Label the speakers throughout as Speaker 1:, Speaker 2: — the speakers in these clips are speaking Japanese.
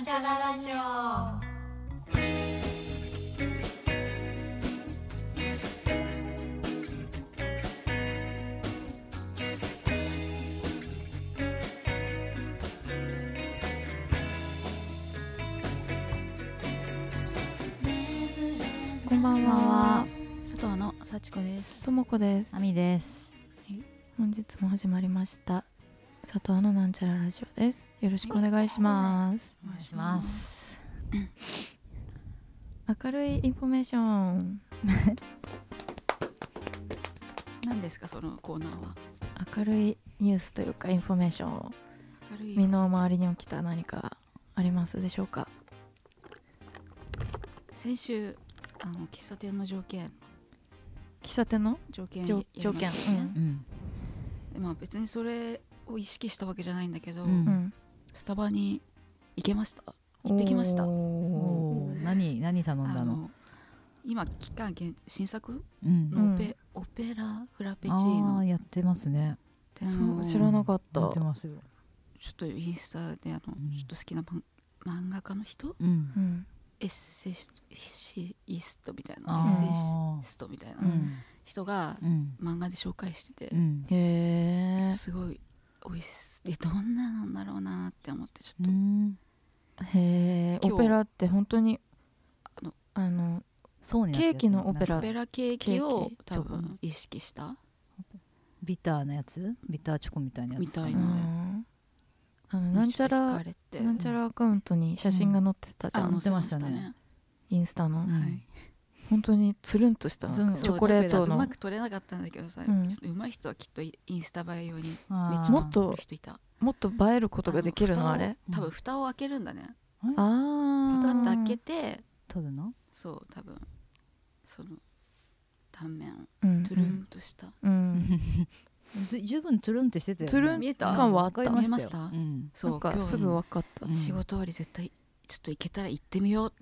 Speaker 1: んちゃらラジオ。
Speaker 2: こんばん
Speaker 1: こんばんは
Speaker 2: は。
Speaker 1: 佐藤の幸子です
Speaker 2: と。もこです
Speaker 3: あ。みです。
Speaker 2: 本日も始まりました。佐藤のなんちゃらラジオです。よろしくお願いします。
Speaker 3: お願いします。
Speaker 2: 明るいインフォメーション。
Speaker 1: 何ですかそのコーナーは。
Speaker 2: 明るいニュースというかインフォメーションを。
Speaker 1: 明るい
Speaker 2: 身の回りに起きた何かありますでしょうか。
Speaker 1: 先週あの喫茶店の条件
Speaker 2: 喫茶店の
Speaker 1: 条件
Speaker 2: 条
Speaker 1: やりましたよ
Speaker 2: 条件
Speaker 1: ね
Speaker 3: うん。
Speaker 1: でまあ別にそれを意識したわけじゃないんだけど、
Speaker 3: うん
Speaker 2: うん。
Speaker 1: スタバに行けました。行ってきました。
Speaker 3: お
Speaker 2: おー
Speaker 3: おー、何何頼んだの？
Speaker 1: 今期間限新作
Speaker 3: うん。
Speaker 1: のオペ、オペラフラペチー
Speaker 3: あ
Speaker 1: ノ
Speaker 3: あ
Speaker 1: っ
Speaker 3: ーやってますね。
Speaker 1: てあ
Speaker 2: そ
Speaker 1: の
Speaker 2: う知らなかっ
Speaker 3: や
Speaker 2: た
Speaker 3: って。ますよ。
Speaker 1: ちょっとインスタであの、
Speaker 3: うん
Speaker 1: ちょっと好きな漫漫画家の人
Speaker 3: うん
Speaker 2: う。ん。
Speaker 1: エッセシシストみたいなエッセ
Speaker 3: あ
Speaker 1: シストみたいな
Speaker 3: あ。うん。
Speaker 1: 人が
Speaker 3: うん。
Speaker 1: 漫画で紹介してて、
Speaker 3: うん。
Speaker 2: へ
Speaker 1: ちょっ
Speaker 2: え
Speaker 1: と。すごい美味しいでどんななんだろうなって思ってちょっ
Speaker 3: う
Speaker 1: と、
Speaker 3: ん
Speaker 2: へえ。
Speaker 1: 今日
Speaker 2: オペラって本当に
Speaker 1: あの
Speaker 2: あの
Speaker 3: そうね。
Speaker 2: ケーキのオペ
Speaker 1: オ
Speaker 2: ラ
Speaker 1: ペラケーキ
Speaker 2: ケー
Speaker 1: を
Speaker 2: キ
Speaker 1: 多
Speaker 3: チョ
Speaker 1: 分
Speaker 3: コ
Speaker 1: 意識した
Speaker 3: ビターなやつ？ビターチョコみたいなやつかな。
Speaker 1: み
Speaker 2: う
Speaker 1: たい
Speaker 2: んあのなんちゃら
Speaker 1: 惹かれて
Speaker 2: なんちゃらアカウントに写真が載ってたじゃ
Speaker 1: あ
Speaker 2: ん、
Speaker 3: 載ってましたね
Speaker 2: インスタの、
Speaker 3: うん
Speaker 1: はい
Speaker 2: 本当につるんとした
Speaker 3: つるん
Speaker 2: なんか
Speaker 3: と
Speaker 2: チョコレート
Speaker 1: う
Speaker 2: の
Speaker 1: まく撮れなかったんだけどさ、
Speaker 2: うん
Speaker 1: ちょっと上手い人はきっとインスタ映え用にめ
Speaker 3: あ
Speaker 1: っ
Speaker 3: ー
Speaker 1: ちゃ
Speaker 2: もっと
Speaker 1: 撮る人いた
Speaker 2: もっと映えることができるのあれ
Speaker 1: の蓋を多分蓋を開けるんだね
Speaker 2: あ
Speaker 1: パ
Speaker 2: ー
Speaker 1: カッと開けて
Speaker 3: 取るの？
Speaker 1: そう多分その断面
Speaker 2: うん
Speaker 1: トゥルンとした、
Speaker 2: うん
Speaker 3: ず十分トゥルンってしてたよね。
Speaker 2: つる
Speaker 1: 見
Speaker 2: ん
Speaker 1: えた
Speaker 2: 感はあっ
Speaker 3: わかり
Speaker 2: た
Speaker 1: 見え
Speaker 3: ま
Speaker 1: ま
Speaker 3: し
Speaker 1: した
Speaker 3: たようん。
Speaker 1: そ
Speaker 2: な
Speaker 1: うん
Speaker 2: か
Speaker 1: 今日
Speaker 2: すぐ分かった、
Speaker 3: うん
Speaker 1: 仕事終わり絶対ちょっと行けたら行ってみようって、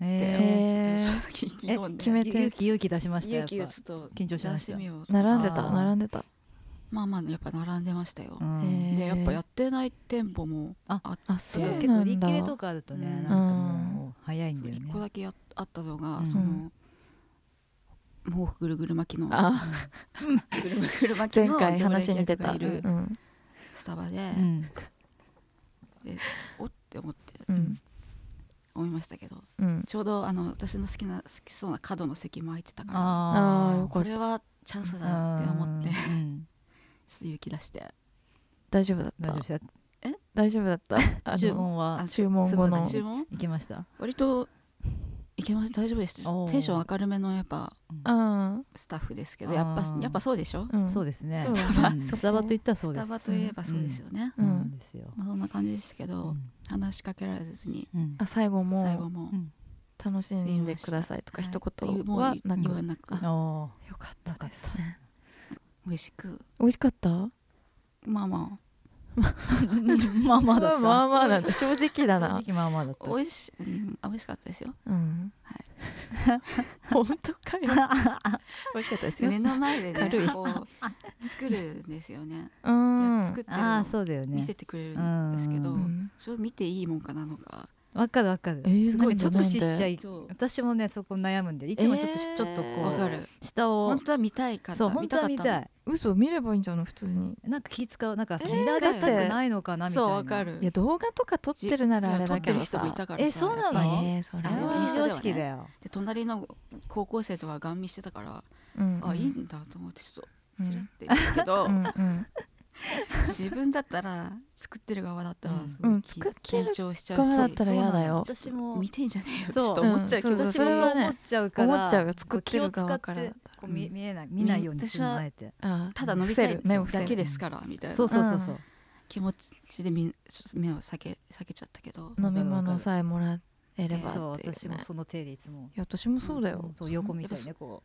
Speaker 2: ー
Speaker 3: え
Speaker 1: ちょっと正直意気込んで
Speaker 2: え決め
Speaker 3: ゆ勇気勇気出しましたや
Speaker 1: 勇
Speaker 3: っ
Speaker 1: 気を
Speaker 3: ぱ
Speaker 1: ちょっと
Speaker 3: 緊張
Speaker 1: 出
Speaker 3: しま
Speaker 1: し
Speaker 3: してた
Speaker 1: み。よう
Speaker 2: 並んで
Speaker 3: あ
Speaker 2: た
Speaker 3: ー
Speaker 2: 並んでた
Speaker 1: まあまあやっぱ並んでましたよ
Speaker 3: う、ん
Speaker 2: へー
Speaker 1: でやっぱやってない店舗も
Speaker 2: あそう
Speaker 3: 結
Speaker 2: な
Speaker 3: 構売
Speaker 2: ん
Speaker 3: り
Speaker 2: だ
Speaker 3: 切れとかあるとね、
Speaker 1: うん
Speaker 3: なんかもう早いんだよね
Speaker 1: 1個だけやっあったのが、
Speaker 3: うん
Speaker 1: その毛布ぐるぐる巻きの
Speaker 2: あ
Speaker 1: ぐるぐる巻き
Speaker 2: 前
Speaker 1: の
Speaker 2: 回
Speaker 1: 常連
Speaker 2: 話に出
Speaker 1: 客が
Speaker 2: た
Speaker 1: いる
Speaker 2: うん
Speaker 1: スタバで、
Speaker 3: うん
Speaker 1: おって思って
Speaker 2: うん
Speaker 1: 思いましたけど
Speaker 2: うん
Speaker 1: ちょうどあの私の好きな好きそうな角の席も空いてたから
Speaker 2: あーよ
Speaker 3: あ
Speaker 2: か
Speaker 1: こ
Speaker 2: った
Speaker 1: れはチャンス
Speaker 3: ー
Speaker 1: だって思って
Speaker 3: う
Speaker 1: ちょっ
Speaker 3: ん
Speaker 1: と勇気出して
Speaker 2: 大丈夫だっ
Speaker 3: 大丈
Speaker 2: た
Speaker 3: 夫でし
Speaker 2: 大丈夫だったあ
Speaker 3: た
Speaker 2: の
Speaker 3: 注文は
Speaker 1: あ
Speaker 2: 注文後の
Speaker 3: す
Speaker 1: 注文
Speaker 3: いけました
Speaker 1: 割といけます大丈夫ですテ
Speaker 3: おー
Speaker 1: ンション明るめのやっぱ
Speaker 2: あ
Speaker 1: スタッフですけどやっぱ
Speaker 3: あー
Speaker 1: やっぱそうでしょ
Speaker 2: あ、うん、
Speaker 3: そうですね
Speaker 2: そう
Speaker 3: うん
Speaker 2: そこ
Speaker 3: スタバといったらそう
Speaker 1: ス
Speaker 3: で
Speaker 1: タ
Speaker 3: す
Speaker 1: バといえばそうですよね、
Speaker 3: うん
Speaker 2: うん
Speaker 3: そうなんですよ
Speaker 1: まあ、そんな感じでしたけど、
Speaker 3: うん
Speaker 1: 話しかけられずに
Speaker 3: うん
Speaker 2: あ最後も
Speaker 1: 最後も
Speaker 3: うん
Speaker 2: 楽しんでくださいとか
Speaker 1: はい
Speaker 2: 一
Speaker 1: 言う
Speaker 2: 言
Speaker 1: もう
Speaker 2: はな
Speaker 1: 言
Speaker 2: く
Speaker 1: 言わなく
Speaker 3: あー
Speaker 2: よかったですね
Speaker 1: 美味しく
Speaker 2: 美味しかった
Speaker 1: まあま
Speaker 3: まあまあだった
Speaker 2: まあまあなんだ正直だな
Speaker 3: 正直まあまあだっ
Speaker 1: あ
Speaker 3: た
Speaker 1: 美味し,、うん、美味しかったですよ
Speaker 2: うん
Speaker 1: は
Speaker 2: 本当かよ美味しかったですよ
Speaker 1: 目の前 で
Speaker 2: 軽
Speaker 1: ねこう作るんですよね、
Speaker 2: う
Speaker 1: いや
Speaker 2: ん
Speaker 1: 作ってる
Speaker 3: あ
Speaker 1: の
Speaker 3: あそうだよ
Speaker 1: 見
Speaker 3: ね
Speaker 1: せてくれるんですけど、
Speaker 3: う
Speaker 2: うん
Speaker 1: それを見ていいもんかなのか
Speaker 3: わかるわかる
Speaker 2: えー
Speaker 3: すごい
Speaker 2: なんで
Speaker 3: ちょっとししちゃい
Speaker 1: そう
Speaker 3: 私もねそこ悩むんでいつもちょっと
Speaker 2: えー
Speaker 3: しちょっとこ
Speaker 1: わか
Speaker 3: う
Speaker 1: る
Speaker 3: 下を
Speaker 1: 本当は見たいかった
Speaker 3: そう本当は見た
Speaker 1: い
Speaker 3: い
Speaker 2: 嘘見ればいいんじゃない普通に
Speaker 3: なんか気使うなんか
Speaker 2: えー
Speaker 3: 見られたくないのかなみたい
Speaker 1: そ
Speaker 3: な
Speaker 1: うわかる
Speaker 2: いや動画とか撮ってるならあれ
Speaker 1: 撮
Speaker 2: だ
Speaker 1: っ
Speaker 2: け
Speaker 1: てる
Speaker 2: ど
Speaker 1: 人もい
Speaker 2: さ
Speaker 1: たからさ
Speaker 3: えそうな
Speaker 1: やっぱり
Speaker 3: の
Speaker 2: えーそれ
Speaker 1: あれは
Speaker 3: 非
Speaker 2: は
Speaker 3: 常識だよ
Speaker 1: で隣の高校生とかガン見してたから、
Speaker 2: うん
Speaker 1: あいいんだと思ってちょっ
Speaker 2: う
Speaker 1: と
Speaker 2: ん
Speaker 1: チラって見たけど、
Speaker 2: うんうん
Speaker 1: 自分だったら作ってる側だったら
Speaker 3: うん
Speaker 1: すごい
Speaker 2: うん
Speaker 1: き
Speaker 2: 作ってる
Speaker 1: 緊張しちゃう
Speaker 2: 側だっ
Speaker 1: した
Speaker 2: ら嫌だよ
Speaker 3: そうなの私も
Speaker 1: 見てんじゃねえよち
Speaker 3: そう
Speaker 1: ょっと思っちゃうけど、
Speaker 2: んそう
Speaker 3: 私
Speaker 2: そ
Speaker 3: も
Speaker 2: れ
Speaker 3: そう
Speaker 2: はね
Speaker 3: 思っちゃうから
Speaker 2: 思っちゃうよ作ってる側から
Speaker 3: 気
Speaker 2: だっ
Speaker 3: を使って
Speaker 2: たら
Speaker 3: こう見見えない
Speaker 1: ん
Speaker 3: 見ないようにするの
Speaker 1: 私は
Speaker 3: あえて
Speaker 2: あ
Speaker 1: ただ飲みた
Speaker 2: 伏せ
Speaker 1: い
Speaker 2: る目を伏せ
Speaker 1: だ
Speaker 2: る
Speaker 1: けですからみたいな
Speaker 3: そうそうそうそう
Speaker 1: 気持ちでみちょっと目を避け避けちゃったけど
Speaker 2: 飲み物さえもらえれば
Speaker 3: そう
Speaker 2: っていう
Speaker 3: 私
Speaker 2: ね
Speaker 3: もその手でいつも
Speaker 2: いや私もそうだよ
Speaker 3: そう横みたいねこ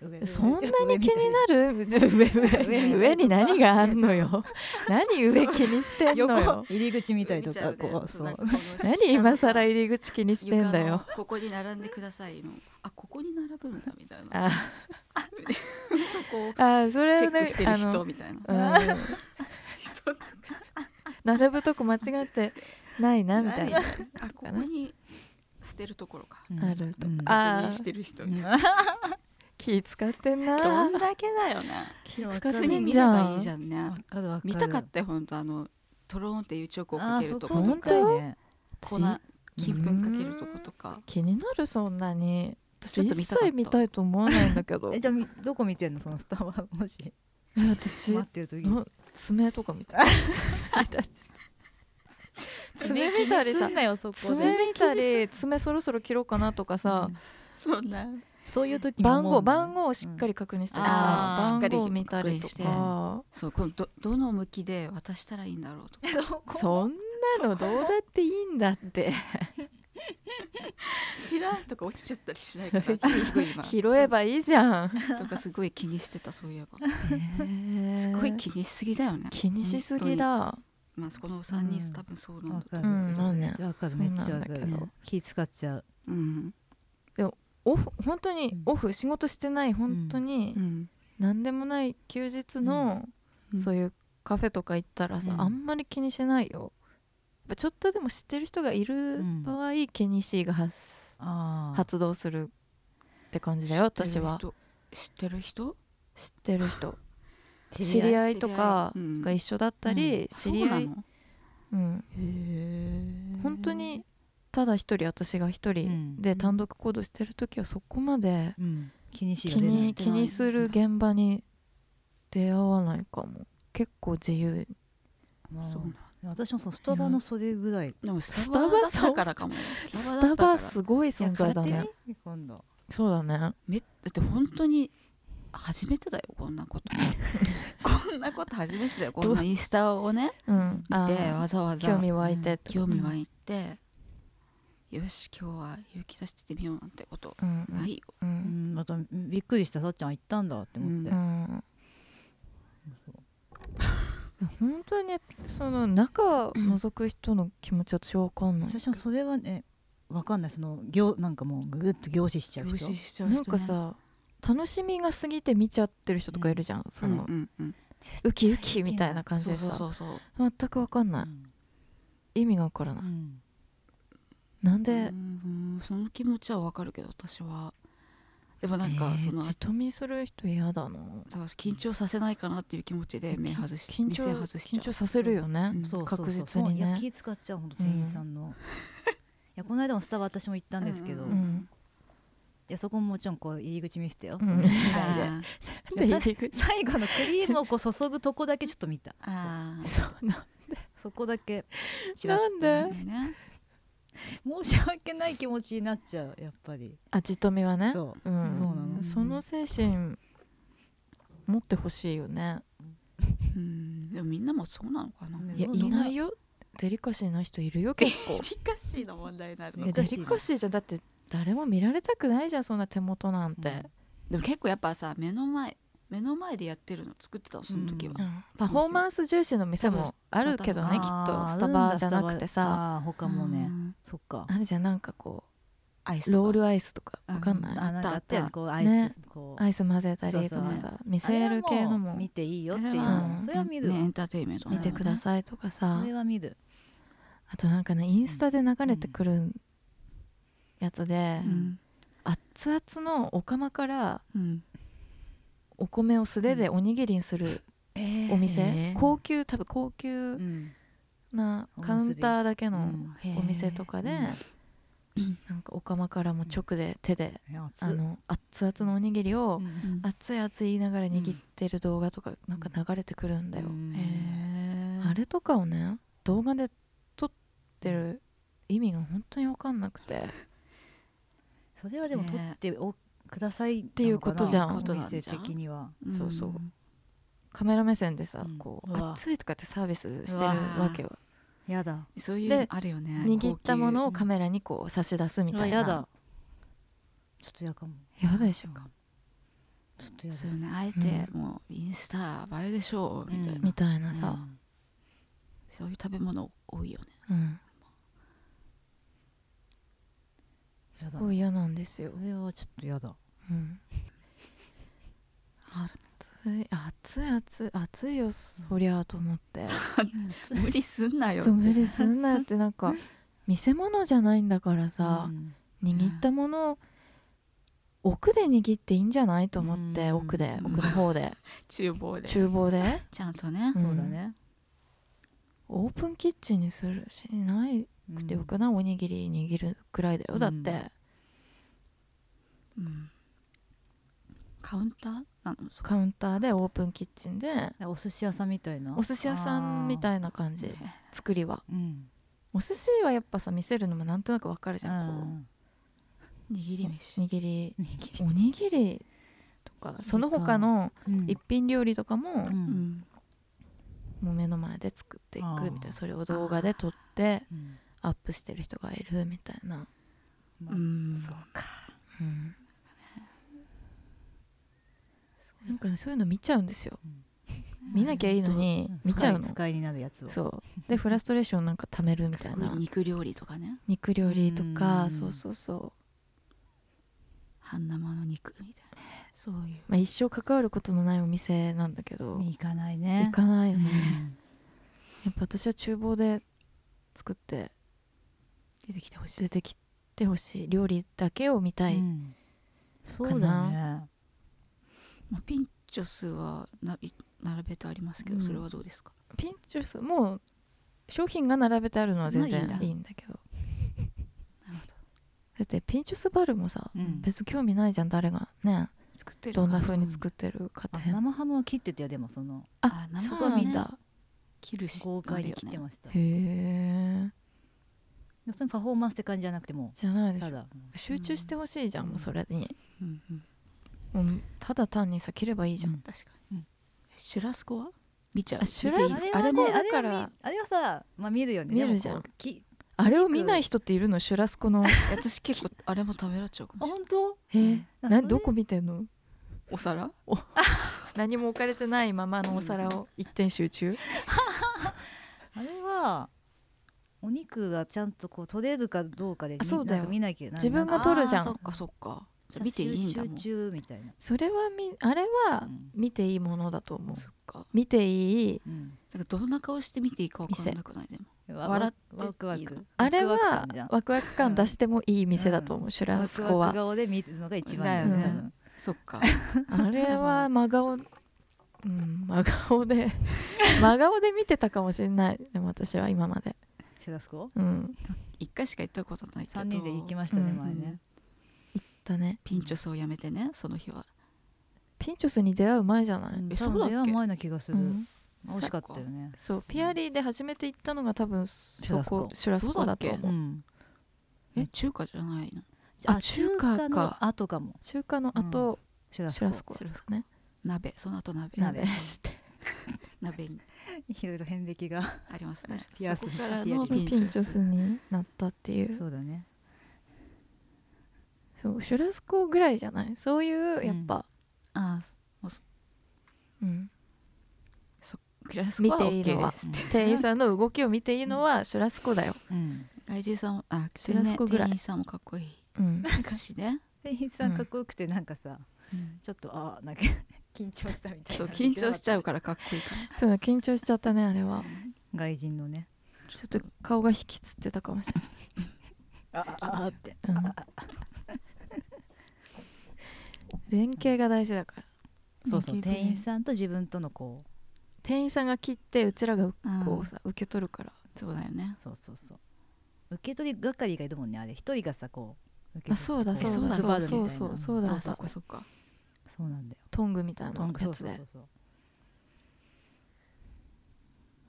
Speaker 3: う上
Speaker 2: そんな
Speaker 3: に
Speaker 2: 気になる上上上上に何があんのよ何上気にしてんのよ
Speaker 3: 横入り口みたいと
Speaker 1: 見ちゃ
Speaker 3: か
Speaker 1: うね
Speaker 3: こうそ
Speaker 1: なん
Speaker 3: う
Speaker 1: かこの
Speaker 2: 何今更入り口気にしてん
Speaker 1: 床
Speaker 2: だよ
Speaker 1: のここに並んでくださいのあここに並ぶんだみたいな
Speaker 2: あ
Speaker 1: そこを
Speaker 2: あそれ
Speaker 1: チェ
Speaker 2: を
Speaker 1: ッ
Speaker 2: ね
Speaker 1: クしてる
Speaker 2: あの
Speaker 1: 人みたいな
Speaker 2: うん並ぶとこ間違ってないなみたいな
Speaker 1: あここに捨てるところか
Speaker 2: あるとか、
Speaker 3: うん
Speaker 2: あ
Speaker 1: 確
Speaker 2: あ
Speaker 1: 認してる人
Speaker 3: うん
Speaker 1: に
Speaker 2: 気使ってん
Speaker 1: ど
Speaker 2: なん
Speaker 1: だけだよね
Speaker 2: 気
Speaker 1: 普
Speaker 2: 使っ
Speaker 1: 通
Speaker 2: て
Speaker 1: に
Speaker 2: ん
Speaker 1: 見
Speaker 2: じ
Speaker 1: れ
Speaker 2: ゃ
Speaker 1: ばい
Speaker 2: ん
Speaker 1: いじゃんね
Speaker 3: わかるわかる
Speaker 1: 見たかったよほんとあのトローンっていうチョコをかけるとこ
Speaker 2: あーそ
Speaker 1: と
Speaker 2: っ
Speaker 1: か
Speaker 2: か本
Speaker 3: ね
Speaker 1: 粉
Speaker 2: 私
Speaker 1: 金粉かけるとことか
Speaker 2: 気になるそんなに
Speaker 1: ち
Speaker 2: 私
Speaker 1: ょっと
Speaker 2: 一
Speaker 1: 見たかった
Speaker 2: 切見たいと思わないんだけど
Speaker 3: えじゃあみどこ見てんのそのスタバもし
Speaker 2: え私
Speaker 3: 待ってる時に
Speaker 2: な爪とか見たい爪見たり
Speaker 3: 気に
Speaker 2: さ
Speaker 3: すんなよそこで
Speaker 2: 爪見たり爪そろそろ切ろうかなとかさ
Speaker 3: うん
Speaker 1: そんな
Speaker 3: そういう時に思う
Speaker 2: 番号
Speaker 3: のね
Speaker 2: 番号をしっかり確認したり
Speaker 1: あー
Speaker 2: さ
Speaker 1: しっか
Speaker 2: 番
Speaker 1: り
Speaker 2: 号見たりと
Speaker 1: 確
Speaker 2: か
Speaker 1: そうこのどどの向きで渡したらいいんだろうと か
Speaker 2: そんなのどうだっていいんだ って
Speaker 1: ピランとか落ちちゃったりしないから すごい今
Speaker 2: 拾えばいいじゃん
Speaker 1: そうとかすごい気にしてたそういえば
Speaker 2: す
Speaker 1: すごい気にしすぎだよね
Speaker 2: 気にしすぎだ
Speaker 1: まあそこの3人
Speaker 3: うん
Speaker 1: 多分そうな
Speaker 3: わ
Speaker 1: んだ
Speaker 3: か
Speaker 1: と
Speaker 3: る
Speaker 1: 思う
Speaker 2: うんまあね
Speaker 3: わかる
Speaker 2: そう
Speaker 3: め
Speaker 2: なん
Speaker 3: っ
Speaker 2: だ
Speaker 3: ち
Speaker 2: け
Speaker 3: ゃ
Speaker 2: ど
Speaker 3: わかる気使っちゃう
Speaker 1: うん
Speaker 2: オフ本当に
Speaker 3: うん
Speaker 2: オフ仕事してない本当に
Speaker 1: うん
Speaker 2: 何でもない休日の
Speaker 1: うん
Speaker 2: そういうカフェとか行ったらさ
Speaker 3: うん
Speaker 2: あんまり気にしないよやっぱちょっとでも知ってる人がいる
Speaker 3: うん
Speaker 2: 場合ケニシーが発
Speaker 3: ああ
Speaker 2: 発動するって感じだよ私は
Speaker 1: 知ってる人
Speaker 2: 知ってる人知り合いとかが一緒だったり知り合いうん本当にただ一人私が一
Speaker 3: う
Speaker 2: 人
Speaker 3: ん
Speaker 2: で単独行動してる時はそこまで
Speaker 3: うん気にしが
Speaker 2: 気
Speaker 3: 出ない
Speaker 2: に気にする現場に出会わないかも結構自由
Speaker 3: まあ
Speaker 1: そうなん
Speaker 3: 私もそのスタバの袖ぐらい
Speaker 1: でもス
Speaker 2: ス
Speaker 1: タ
Speaker 2: タ
Speaker 1: バだ
Speaker 2: バ
Speaker 1: ったからかも
Speaker 2: スタバ
Speaker 1: だったから
Speaker 2: すごい存在だ
Speaker 3: い
Speaker 2: ね
Speaker 3: や買ってみ今度
Speaker 2: そうだね
Speaker 1: めだって本当に初めてだよこんなこと こんなこと初めてだよこんなインスタをね
Speaker 2: うん
Speaker 1: 見
Speaker 2: あ
Speaker 1: て
Speaker 2: ー
Speaker 1: わざわざ
Speaker 2: 興味湧いてって
Speaker 1: 興味湧いて、よし今日は勇気出してってみようなんてこと
Speaker 2: うんうん
Speaker 1: ないよ、
Speaker 2: う
Speaker 3: うんんまたびっくりしたさっちゃん行ったんだって思って
Speaker 2: う
Speaker 1: うん
Speaker 2: 本当にその中覗く人の気持ちは私わかんない
Speaker 3: 私もそれはねわかんないその行なんかもうぐっと凝視しちゃう
Speaker 1: 凝
Speaker 3: 人
Speaker 1: 視しちゃう人、ね、
Speaker 2: なんかさ楽しみが過ぎて見ちゃってる人とかいるじゃんそ
Speaker 1: うん
Speaker 2: の
Speaker 1: うんうん
Speaker 2: ウキウキみたいな感じ
Speaker 1: そう
Speaker 2: で
Speaker 1: そう
Speaker 2: さ
Speaker 1: そうそう
Speaker 2: 全くわかんな
Speaker 3: うん
Speaker 2: い意味がわからな
Speaker 3: う
Speaker 2: い
Speaker 3: ん
Speaker 2: な
Speaker 1: う
Speaker 2: ん
Speaker 1: んう
Speaker 2: で
Speaker 1: んその気持ちはわかるけど私はでもなんか
Speaker 2: えー
Speaker 1: その、
Speaker 2: じと見する人嫌だな
Speaker 1: だから緊張させないかなっていう気持ちで目外し
Speaker 2: 緊
Speaker 1: 店
Speaker 2: 張
Speaker 1: 外しちゃう
Speaker 2: 緊張させるよね
Speaker 1: うん
Speaker 3: そう
Speaker 2: 確実にね
Speaker 3: そうそういや気使っちゃうほんと店員さんの、いやこの間もスタバ私も行ったんですけど、
Speaker 1: う
Speaker 2: うん
Speaker 1: うん
Speaker 3: い
Speaker 2: ん
Speaker 3: やそこももちろんこう入り口見せてよ、
Speaker 2: うん
Speaker 3: その未来で
Speaker 1: あ
Speaker 3: でさ
Speaker 2: 入り口
Speaker 3: 最後のクリームをこう注ぐとこだけちょっと見た
Speaker 1: ーあ
Speaker 2: そうな
Speaker 3: そこだけちらっと
Speaker 2: なんで
Speaker 1: ーね
Speaker 3: 申し訳ない気持ちになっちゃうやっぱり、
Speaker 2: あじと見はね
Speaker 3: そうう、
Speaker 2: ん
Speaker 3: そうなの
Speaker 2: その精神持ってほしいよね
Speaker 1: うんでもみんなもそうなのかな、
Speaker 3: ね
Speaker 2: いや
Speaker 3: どん
Speaker 2: い
Speaker 3: どん
Speaker 2: ないよデリカシーな人いるよ結 構
Speaker 1: リカシーの問題になる
Speaker 2: いや
Speaker 3: おか
Speaker 2: デ
Speaker 3: しいな
Speaker 2: リカシーじゃだって誰も見られたくないじゃんそんな手元なんて、
Speaker 1: でも結構やっぱさ目の前目の前でやってるの作ってたのその時は、
Speaker 3: う
Speaker 2: パフォーマンス重視の店もあるけどねきっ
Speaker 1: 多分
Speaker 2: とスタバじゃなくてさ
Speaker 3: さあー他もね、
Speaker 1: うん
Speaker 3: そっか
Speaker 2: あるじゃんなんかこ
Speaker 1: アイス
Speaker 2: う
Speaker 1: とか
Speaker 2: ロールアイスとかわかんない、
Speaker 1: うん
Speaker 3: あなんかあったよねこうアイス、
Speaker 2: ね
Speaker 3: こう
Speaker 2: アイス混ぜたりと
Speaker 1: そ
Speaker 2: か
Speaker 1: う
Speaker 2: さ
Speaker 1: そ
Speaker 2: 見せる系の
Speaker 3: あれは
Speaker 2: も
Speaker 3: う見ていいよっていう
Speaker 1: あ
Speaker 2: れは
Speaker 3: それは見るわ、
Speaker 1: ねエンターテインメント
Speaker 2: 見てくだ
Speaker 1: い
Speaker 2: さいとかさ
Speaker 3: それは見る
Speaker 2: あとなんかねインスタで流れてくるやつで、
Speaker 1: うん
Speaker 2: 熱々のお釜から
Speaker 1: うん
Speaker 2: お米を素手でおにぎりにするお店、
Speaker 1: えー
Speaker 2: 高級多分高
Speaker 3: う
Speaker 2: 級
Speaker 3: ん
Speaker 2: な
Speaker 3: おむすび
Speaker 2: カウンターだけ
Speaker 3: う
Speaker 2: の
Speaker 3: ん
Speaker 1: へー
Speaker 2: お店とかで、なんかお釜からも直で手で、
Speaker 3: いや
Speaker 2: あの熱々のおにぎりを、
Speaker 3: うん
Speaker 1: うん
Speaker 2: 熱い熱い言いながら握ってる動画とかなんか流れてくるんだよ、
Speaker 3: うん
Speaker 1: へー
Speaker 2: あれとかをね動画で撮ってる意味が本当に分かんなくて
Speaker 3: それはでも取
Speaker 1: ね
Speaker 3: っておくださいって
Speaker 2: いうことじゃん
Speaker 3: お店的には
Speaker 1: ん
Speaker 2: そうそうカメラ目線でさ、
Speaker 3: うん
Speaker 2: こ
Speaker 3: う
Speaker 2: う
Speaker 3: わ
Speaker 2: 熱いとかってサービスしてる
Speaker 3: うわ
Speaker 2: わけよ
Speaker 3: やだ
Speaker 1: そういうの
Speaker 2: で
Speaker 1: あるよね
Speaker 2: 握ったものを
Speaker 1: 高級
Speaker 2: カメラにこう差し出すみたいな
Speaker 3: やだちょっとやかも
Speaker 2: やだでしょ
Speaker 3: ちょっとやだ
Speaker 1: そうねあえてもうインスタ映えでしょうみたいな、
Speaker 3: うん
Speaker 2: みたいなさ、
Speaker 1: そういう食べ物多いよね
Speaker 2: うん、
Speaker 3: やだ
Speaker 2: すごい嫌なんですよ
Speaker 3: それはちょっとやだ
Speaker 2: うん、熱い暑い暑い暑いよそりゃと思って
Speaker 1: 無理すんなよ
Speaker 2: そう無理すんなよってなん か見せ物じゃないんだからさ、握ったものを奥で握っていいんじゃないと思って、
Speaker 3: うん
Speaker 2: 奥で
Speaker 1: うん
Speaker 2: 奥の方で
Speaker 1: 厨房で
Speaker 2: 厨房で、
Speaker 1: ちゃんとね、
Speaker 2: うん
Speaker 3: そうだね、
Speaker 2: オープンキッチンにするしないくてよくない、おにぎり握るくらいだよだって、
Speaker 1: うんカウンターなのそ
Speaker 2: カウンターでオープンキッチンで
Speaker 3: お寿司屋さんみたいな
Speaker 2: お寿司屋さんみ
Speaker 3: い
Speaker 2: たいな感じ作りは
Speaker 3: うん、
Speaker 2: お寿司はやっぱさ見せるのもなんとなくわかるじゃん、こ
Speaker 1: 握り飯
Speaker 2: う握り
Speaker 3: うん握り
Speaker 2: おにぎりとかその他の
Speaker 3: うん
Speaker 2: 一品料理とかも、
Speaker 3: うん
Speaker 1: うん
Speaker 2: もう目の前で作っていくみたい
Speaker 3: あー
Speaker 2: なそれを動画で撮って
Speaker 3: うん
Speaker 2: アップしてる人がいるみたいな、
Speaker 3: まあ
Speaker 1: うん
Speaker 3: そうか
Speaker 2: うんなんかねそういうの見ちゃうんですよ、
Speaker 3: うん
Speaker 2: 見なきゃいいのに見ちゃうの
Speaker 3: 不快になるやつを
Speaker 2: そうでフラストレーションなんか貯めるみた
Speaker 1: す
Speaker 2: い
Speaker 1: ごい
Speaker 2: な
Speaker 1: 肉料理とかね
Speaker 2: 肉料理とか
Speaker 3: うん
Speaker 2: そうそうそう、
Speaker 1: 半生の肉みたいなそういう
Speaker 2: まあ、一生関わることのないお店なんだけど
Speaker 3: 行かない
Speaker 2: 行
Speaker 3: ね
Speaker 2: かないよね
Speaker 3: うん
Speaker 2: やっぱ私は厨房で作って
Speaker 1: 出てきてほしい
Speaker 2: 出てきてほしい料理だけを見たい、
Speaker 3: うんそうだね
Speaker 1: まあ、ピンチョスはない並べてありますけど、
Speaker 2: うん
Speaker 1: それはどうですか
Speaker 2: ピンチョスもう商品が並べてあるのは全然
Speaker 1: まあい
Speaker 2: い
Speaker 1: い
Speaker 2: いんだけど
Speaker 1: なるほど
Speaker 2: だってピンチョスバルもさ、
Speaker 3: うん
Speaker 2: 別に興味ないじゃん誰がね
Speaker 1: 作ってる
Speaker 2: どんな風
Speaker 1: に
Speaker 2: に作ってるかっ
Speaker 3: あ
Speaker 2: て変
Speaker 3: 生ハムは切っててよでもその
Speaker 1: あ生
Speaker 2: そう
Speaker 1: ハム
Speaker 2: な
Speaker 1: ね
Speaker 2: んだ、
Speaker 1: 切るし
Speaker 3: 豪快に切ってました
Speaker 2: へえ
Speaker 3: でもそのパフォーマンスって感じじゃなくても
Speaker 2: じゃないでしたょ
Speaker 3: だ
Speaker 2: 集中してほしいじゃん、
Speaker 3: うん
Speaker 2: もうそれに、
Speaker 1: すよねうんうん
Speaker 2: もうただ単にさ切ればいいじゃん、
Speaker 3: うん
Speaker 1: 確か
Speaker 3: う
Speaker 1: に、
Speaker 3: ん
Speaker 1: シュラスコは見ちゃう
Speaker 2: あシュラス
Speaker 1: 見
Speaker 3: あ
Speaker 1: ていい
Speaker 3: れ
Speaker 1: です
Speaker 3: は
Speaker 1: あ
Speaker 3: ね
Speaker 1: れも
Speaker 2: だから
Speaker 3: あれはあれはさまあ見るよね
Speaker 2: 見るじゃん
Speaker 3: でもこうき
Speaker 2: あれを見ない人っているのシュラスコの
Speaker 1: 私結構あれも食べらっちゃうかも
Speaker 3: あ
Speaker 1: しれない
Speaker 3: 本当
Speaker 2: えー
Speaker 3: あ
Speaker 2: な
Speaker 3: それ
Speaker 2: どこ見てんの
Speaker 1: お皿
Speaker 2: 何も置かれてないままのお皿を一点集中
Speaker 3: あれはお肉がちゃんとこう取れるかどうかで
Speaker 2: あそうだよ
Speaker 3: なんか見なきゃ
Speaker 2: 自分が撮るじゃん
Speaker 1: あーそっかそっか
Speaker 3: なんか
Speaker 1: 見ていいんだもん
Speaker 3: 集中みたいな、
Speaker 2: それはみあれは
Speaker 3: うん
Speaker 2: 見ていいものだと思う
Speaker 1: そっか
Speaker 2: 見ていい
Speaker 3: うん
Speaker 1: なんかどんな顔して見ていいか分からなくないでも
Speaker 3: わ
Speaker 1: 笑って
Speaker 3: ワクワク
Speaker 2: あれ
Speaker 3: ワクワ
Speaker 2: は
Speaker 3: ク感じゃん
Speaker 2: ワクワク感出してもいい店だと思う、シュラスコ
Speaker 3: ワク
Speaker 2: は
Speaker 3: 顔で見るのが一番だよ
Speaker 2: だ
Speaker 3: ね
Speaker 2: よね
Speaker 3: うん
Speaker 1: そっか
Speaker 2: あれ は真顔うん真顔で 真顔で見てたかもしれないでも私は今まで
Speaker 3: シュラスコ
Speaker 2: うん
Speaker 1: 一回しか行ったことないけど
Speaker 3: 三人で行きましたね、
Speaker 2: うん
Speaker 3: 前ね、
Speaker 2: だね
Speaker 1: ピンチョスをやめてねその日は
Speaker 2: ピンチョスに出会う前じゃない、
Speaker 3: うん、
Speaker 1: え
Speaker 3: 多
Speaker 1: そうだっけ
Speaker 3: 分出会う前な気がす
Speaker 2: う
Speaker 3: る、
Speaker 2: ん
Speaker 3: 美味しかったよね
Speaker 2: そうピアリーで初めて行ったのが多分そ
Speaker 3: ラス
Speaker 2: こ
Speaker 3: コ
Speaker 2: シュラスコだと
Speaker 1: そ
Speaker 2: 思う
Speaker 3: うん
Speaker 1: え中華じゃないの
Speaker 2: あ中華か
Speaker 3: の後かも
Speaker 2: 中華の後、
Speaker 3: シュラス
Speaker 2: シュ
Speaker 3: コ
Speaker 2: ラスコ
Speaker 1: シュラス
Speaker 2: ね
Speaker 1: 鍋その後鍋
Speaker 2: 鍋
Speaker 3: 鍋
Speaker 2: して
Speaker 1: 鍋に
Speaker 3: いろいろ遍歴が
Speaker 1: ありますね
Speaker 3: ピアス
Speaker 1: そこから
Speaker 3: ピア
Speaker 1: の
Speaker 3: リ
Speaker 1: ピンチ
Speaker 2: ピンチョ
Speaker 1: ョス
Speaker 2: スになったっていう
Speaker 3: そうだね
Speaker 2: そうシュラスコぐらいじゃないそういうやっぱ、
Speaker 1: ああ
Speaker 2: うん
Speaker 1: クラスコ
Speaker 2: 見
Speaker 1: は
Speaker 2: ていい
Speaker 1: OK
Speaker 2: のは
Speaker 1: で、す
Speaker 3: す
Speaker 2: 店員さんの動きを見ていいのはシュラスコだよ、
Speaker 3: うん
Speaker 1: 外人さんもあ
Speaker 2: シュラスコぐらい
Speaker 1: 店員さんもかっこいい
Speaker 2: うん、
Speaker 1: しね、
Speaker 3: 店員さんかっこよくてなんかさ、ちょっとあーなんか 緊張したみたい
Speaker 1: そ
Speaker 3: な
Speaker 1: う 緊張しちゃうからかっこいいから
Speaker 2: そう緊張しちゃったねあれは
Speaker 3: 外人のね
Speaker 2: ちょっと顔が引きつってたかもしれ
Speaker 3: ああああって
Speaker 2: ない、 うん、連携が大事だから
Speaker 3: そうそう
Speaker 1: 人気ぶり
Speaker 3: 店員さんと自分とのこ
Speaker 2: 店員さんが切ってうちらがこ
Speaker 1: うん
Speaker 2: うさ、受け取るから
Speaker 1: そうだよね
Speaker 3: うそうそうそう受け取り係がいるもんねあれ一人がさこう受け
Speaker 2: あ
Speaker 3: 取って
Speaker 2: そ
Speaker 1: え
Speaker 2: うだそうだ
Speaker 1: そ
Speaker 2: そう
Speaker 1: だ
Speaker 2: う
Speaker 3: 配るみた
Speaker 2: そ
Speaker 3: いう
Speaker 2: そう
Speaker 3: な
Speaker 2: そ
Speaker 1: そうそ
Speaker 2: うだそう
Speaker 1: う
Speaker 2: だ
Speaker 1: かそうか
Speaker 3: そうなんだよ
Speaker 2: トングみたいな
Speaker 3: と
Speaker 2: や
Speaker 3: に
Speaker 2: つ
Speaker 3: か
Speaker 2: で
Speaker 3: くそうそうそうそう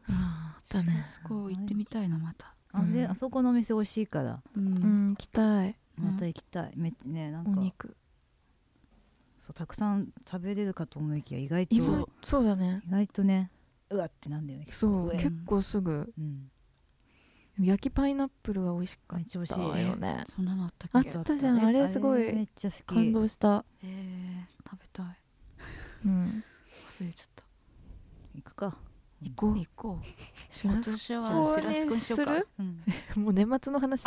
Speaker 2: あああったね
Speaker 1: そこ行ってみたいなまた
Speaker 3: あで、
Speaker 2: うん
Speaker 3: あそこのお店美味しいから
Speaker 1: うん、
Speaker 2: うん行きたい
Speaker 1: うん
Speaker 3: また行きたい、めねなん
Speaker 2: お
Speaker 3: か
Speaker 2: 肉
Speaker 3: そうたくさん食べれるかと思いきや意外と
Speaker 2: 今そうだね
Speaker 3: 意外とねうわってなんだよね
Speaker 2: そう
Speaker 3: 上
Speaker 2: 結構すぐ
Speaker 3: うん
Speaker 2: 焼きパイナップルが美味しか
Speaker 3: めっ
Speaker 2: っ
Speaker 3: ちゃ美味
Speaker 2: た
Speaker 3: しい
Speaker 2: よね
Speaker 1: そんなのあったっけ
Speaker 2: あったじゃんあれすごい
Speaker 3: あれめっちゃ好き
Speaker 2: 感動した、
Speaker 1: えー、食べたい
Speaker 2: うん、
Speaker 1: 忘れちゃった
Speaker 3: 行くか
Speaker 1: 行こう行こう
Speaker 2: シュラス
Speaker 1: 今年はシュラスコにしようか
Speaker 2: これする
Speaker 3: うん
Speaker 2: もう年末の話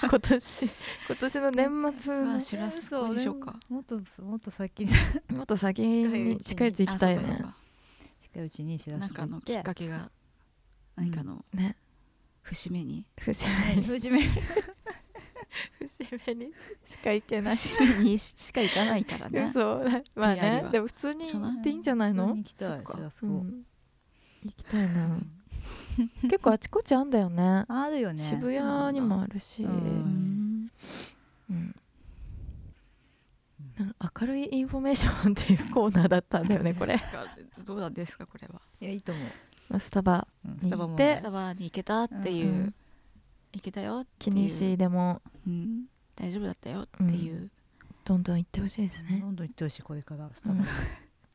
Speaker 2: 今年今年の年末
Speaker 1: あ
Speaker 2: の
Speaker 1: シュラスコにしようか
Speaker 3: もっともっと先に
Speaker 2: もっと先に近いうち行きたいよ
Speaker 1: あそうかそ
Speaker 2: ね
Speaker 1: うか
Speaker 3: 近いうちに知ら
Speaker 1: な
Speaker 3: せ
Speaker 1: ん
Speaker 3: て
Speaker 1: かあのきっかけが何かの
Speaker 2: ね
Speaker 1: 節目に
Speaker 2: 節
Speaker 3: ね節目
Speaker 2: 目節目にしか行けな い
Speaker 1: 節目にしか行かないから ね
Speaker 2: 嘘まあ
Speaker 1: リア
Speaker 2: ね
Speaker 1: ルは
Speaker 2: でも普通に
Speaker 1: じゃな
Speaker 2: 行っていいんじゃないの
Speaker 3: 普通に行きた
Speaker 1: そっ
Speaker 3: い
Speaker 1: か
Speaker 3: シュラス
Speaker 2: う
Speaker 3: コ、
Speaker 2: ん行きたい な結構あちこちあんだよね
Speaker 3: あるよね
Speaker 2: 渋谷にもあるし、
Speaker 1: う
Speaker 3: う
Speaker 1: んん
Speaker 2: うんなんか明るいインフォメーションっていうコーナーだったんだよねこれ、
Speaker 1: どうなんですかこれはい
Speaker 3: やいいと思う、
Speaker 2: まあ、スタバ
Speaker 3: うん、
Speaker 2: ス
Speaker 3: ス
Speaker 2: タバ
Speaker 3: タバ
Speaker 2: も
Speaker 3: も
Speaker 2: ねえ
Speaker 1: スタバに行けたっていう、
Speaker 2: うんうん
Speaker 1: 行けたよって
Speaker 2: 気
Speaker 1: いう
Speaker 2: にしでも
Speaker 1: うん、大丈夫だったよっていう、
Speaker 2: どんどん行ってほしいですね、
Speaker 3: どんどん行ってほしいこれからスタバ、
Speaker 2: うん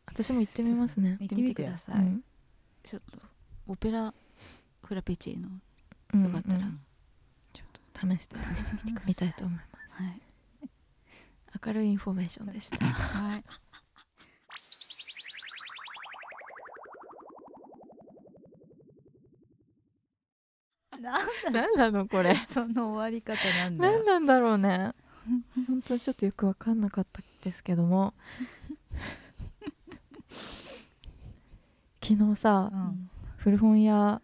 Speaker 2: 私も行ってみますね
Speaker 1: 行
Speaker 3: 行
Speaker 1: っ
Speaker 3: ってて
Speaker 1: み
Speaker 3: み
Speaker 1: て
Speaker 3: て
Speaker 1: くだ
Speaker 3: くだ
Speaker 1: さ
Speaker 2: う
Speaker 1: い、
Speaker 2: ん
Speaker 1: ちょっとオペラフラペチーノ
Speaker 2: うん
Speaker 1: よかったら
Speaker 2: うんちょっと試して
Speaker 1: 試してみてください
Speaker 2: みたいと思います
Speaker 1: はい、
Speaker 2: 明るいインフォメーションでした
Speaker 1: はい、
Speaker 3: なん
Speaker 2: 何なのこれ
Speaker 3: その終わり方なんだ
Speaker 2: 何なんだろうね本当にちょっとよく分かんなかったですけども昨日さ
Speaker 3: うん
Speaker 2: 古本屋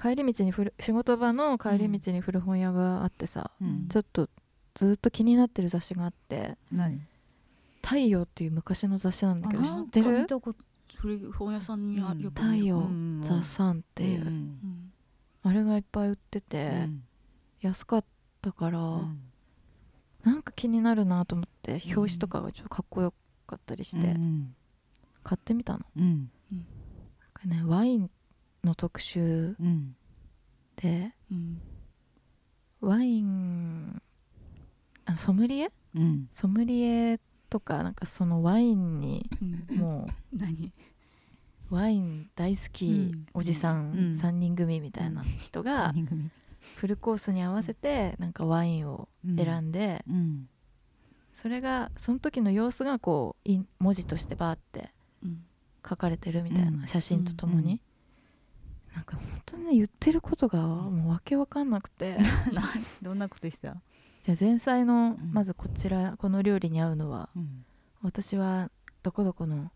Speaker 2: 帰り道に古仕事場の帰り道に古本屋があってさ、
Speaker 3: うん
Speaker 2: ちょっとずっと気になってる雑誌があって
Speaker 3: 何
Speaker 2: 「太陽」っていう昔の雑誌なんだけど
Speaker 1: あ
Speaker 2: 知って
Speaker 1: なんか見
Speaker 2: る
Speaker 1: たこと古本屋さんにあるよく
Speaker 2: 太
Speaker 1: 見る
Speaker 2: 陽
Speaker 3: うん
Speaker 2: ザ・サンっていう、
Speaker 3: うん
Speaker 1: うん
Speaker 2: あれがいっぱい売ってて、
Speaker 3: うん
Speaker 2: 安かったから、
Speaker 3: うん
Speaker 2: なんか気になるなと思って表紙とかがちょっとかっこよかったりして、
Speaker 3: うん
Speaker 2: 買ってみたの。
Speaker 3: うん
Speaker 2: なんかね、ワインの特集
Speaker 3: うん
Speaker 2: で
Speaker 1: うん
Speaker 2: ワインあソムリエ
Speaker 3: うん
Speaker 2: ソムリエとかなんかそのワインに
Speaker 1: うん
Speaker 2: も
Speaker 1: 何
Speaker 2: うワイン大好きおじさん
Speaker 3: うんうん
Speaker 2: 3人組みたいな人が
Speaker 3: 三人組
Speaker 2: フルコースに合わせてなんかワインを選んで
Speaker 3: うん
Speaker 2: それがその時の様子がこうい文字としてバーって
Speaker 1: うん
Speaker 2: 書かれてるみたい
Speaker 3: うん
Speaker 2: な写真ととも
Speaker 3: うんう
Speaker 2: になんか本当にね言ってることがもうわけわかんなくて
Speaker 3: どんなことした
Speaker 2: じゃあ前菜の
Speaker 3: うん
Speaker 2: まずこちらこの料理に合うのは
Speaker 3: うん
Speaker 2: 私はどこどこの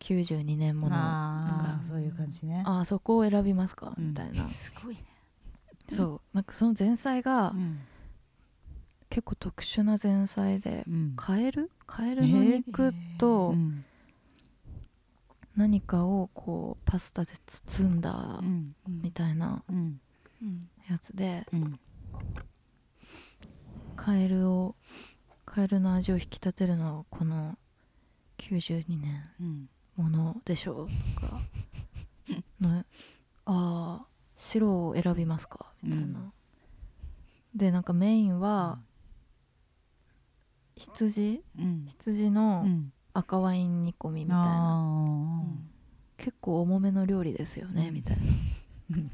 Speaker 2: 92年ものあ
Speaker 3: あ
Speaker 1: なんか
Speaker 3: あそういう感じね
Speaker 2: あそこを選びますか
Speaker 3: うん
Speaker 2: みたいな
Speaker 1: すごいね
Speaker 2: そうなんかその前菜が
Speaker 3: うん
Speaker 2: 結構特殊な前菜で
Speaker 3: うん
Speaker 2: カエルカエルの肉と
Speaker 3: うん
Speaker 2: 何かをこうパスタで包んだ
Speaker 3: うん
Speaker 1: うん
Speaker 2: みたいな
Speaker 3: うん
Speaker 1: うん
Speaker 2: やつで
Speaker 3: うん
Speaker 2: カエルをカエルの味を引き立てるのはこの92年
Speaker 3: うん
Speaker 2: ものでしょうとかのあー白を選びますかみたいな、
Speaker 3: うん
Speaker 2: でなんかメインは羊
Speaker 3: うん
Speaker 2: 羊
Speaker 3: う
Speaker 2: の
Speaker 3: ん
Speaker 2: 赤ワイン煮込みみたいな、
Speaker 3: あ
Speaker 2: 結構重めの料理ですよね、
Speaker 3: うん
Speaker 2: みたい な
Speaker 3: ー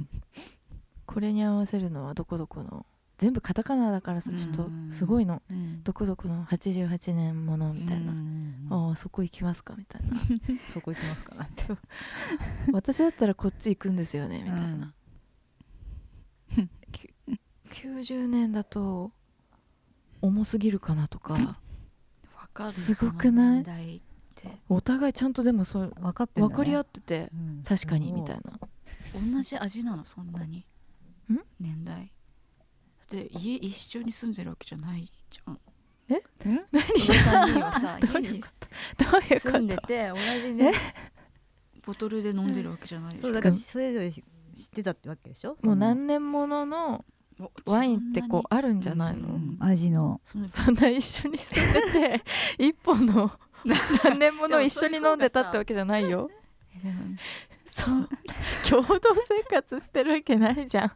Speaker 2: これに合わせるのはどこどこの全部カタカナだからさちょっとすごいの、
Speaker 3: うん
Speaker 2: どこどこの88年ものみたいな、
Speaker 3: うん
Speaker 2: ああそこ行きますかみたいな
Speaker 3: そこ行きますかなんて
Speaker 2: 私だったらこっち行くんですよねみたいな、 き90年だと重すぎるかなとか
Speaker 1: わかる
Speaker 2: すごくない
Speaker 1: その年代って
Speaker 2: お互いちゃんとでもそう
Speaker 3: 分かってんだ
Speaker 2: 分
Speaker 3: ね
Speaker 2: かり合ってて
Speaker 3: うん
Speaker 2: 確かにみたいな
Speaker 1: 同じ味なのそんなに年代だって家一緒に住んでるわけじゃないじゃん
Speaker 3: うん
Speaker 1: おばさんにはさ家に
Speaker 2: どういうこ
Speaker 1: 住んで
Speaker 2: と
Speaker 1: て同じねボトルで飲んでるわけじゃないでし
Speaker 3: そ
Speaker 1: ょ
Speaker 3: うだからそれぞれ知ってたってわけでしょ
Speaker 2: もう何年ものの
Speaker 1: お
Speaker 2: ワインってこうあるんじゃないの、
Speaker 1: うんうん
Speaker 3: 味の
Speaker 1: そんな
Speaker 2: そんな一緒に住ん でて一本の何年もの一緒に飲んでたってわけじゃないよ
Speaker 1: でも
Speaker 2: そう共同生活してるわけないじゃん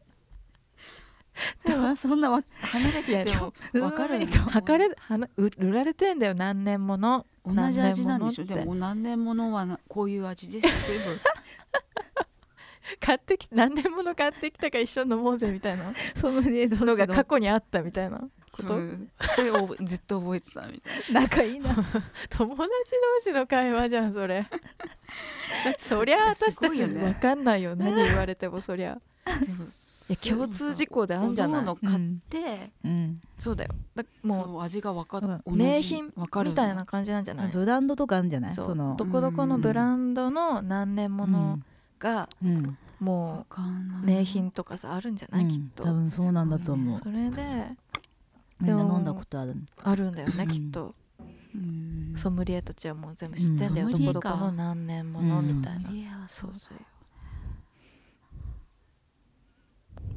Speaker 1: で もそんなわ離れてても分かるよね
Speaker 2: 測れはな売売られてんだよ何年もの
Speaker 1: 同じ味なんでしょ
Speaker 2: 何
Speaker 1: で
Speaker 2: 年ものって
Speaker 1: も何年ものはなこういう味です全部
Speaker 2: 買っ てき何年もの買ってきたから一緒に飲もうぜみたいな
Speaker 3: ソムリエ同士
Speaker 2: のが過去にあったみたいな こと、
Speaker 1: それをずっと覚えてたみたい
Speaker 3: 仲いいな
Speaker 2: 友達同士の会話じゃんそ れそりゃ私た
Speaker 1: すごい
Speaker 2: ち
Speaker 1: よね
Speaker 2: 分かんないよ何言われても そりゃ
Speaker 1: なでも
Speaker 2: いや共通事項であんじゃない
Speaker 1: おのおの買って、
Speaker 3: うん
Speaker 2: そうだよだ
Speaker 1: もう
Speaker 2: も
Speaker 1: 味が分か
Speaker 3: だ
Speaker 1: る
Speaker 3: か
Speaker 2: う名品みたいな感じなんじゃない
Speaker 3: ブランドとかあるんじゃない
Speaker 2: そ
Speaker 3: そうの
Speaker 2: どこどこのブランドの何年ものが
Speaker 3: うんうん
Speaker 2: も
Speaker 1: かんな
Speaker 2: う
Speaker 1: い
Speaker 2: 名品とかさあるんじゃない、
Speaker 3: うん
Speaker 2: きっと
Speaker 3: 多分そうなんだと思う
Speaker 2: それで
Speaker 3: みんな
Speaker 2: でも
Speaker 3: 飲んだことある
Speaker 2: あるんだよね、
Speaker 3: うん
Speaker 2: きっと
Speaker 1: うん
Speaker 2: ソムリエたちはもう全部知ってんだよ、
Speaker 1: うん
Speaker 2: どこどこ
Speaker 1: ソムリエか
Speaker 2: の何年もの
Speaker 3: うん
Speaker 2: みたいな、
Speaker 1: いや
Speaker 2: そ
Speaker 1: そうう
Speaker 2: そ
Speaker 1: そうう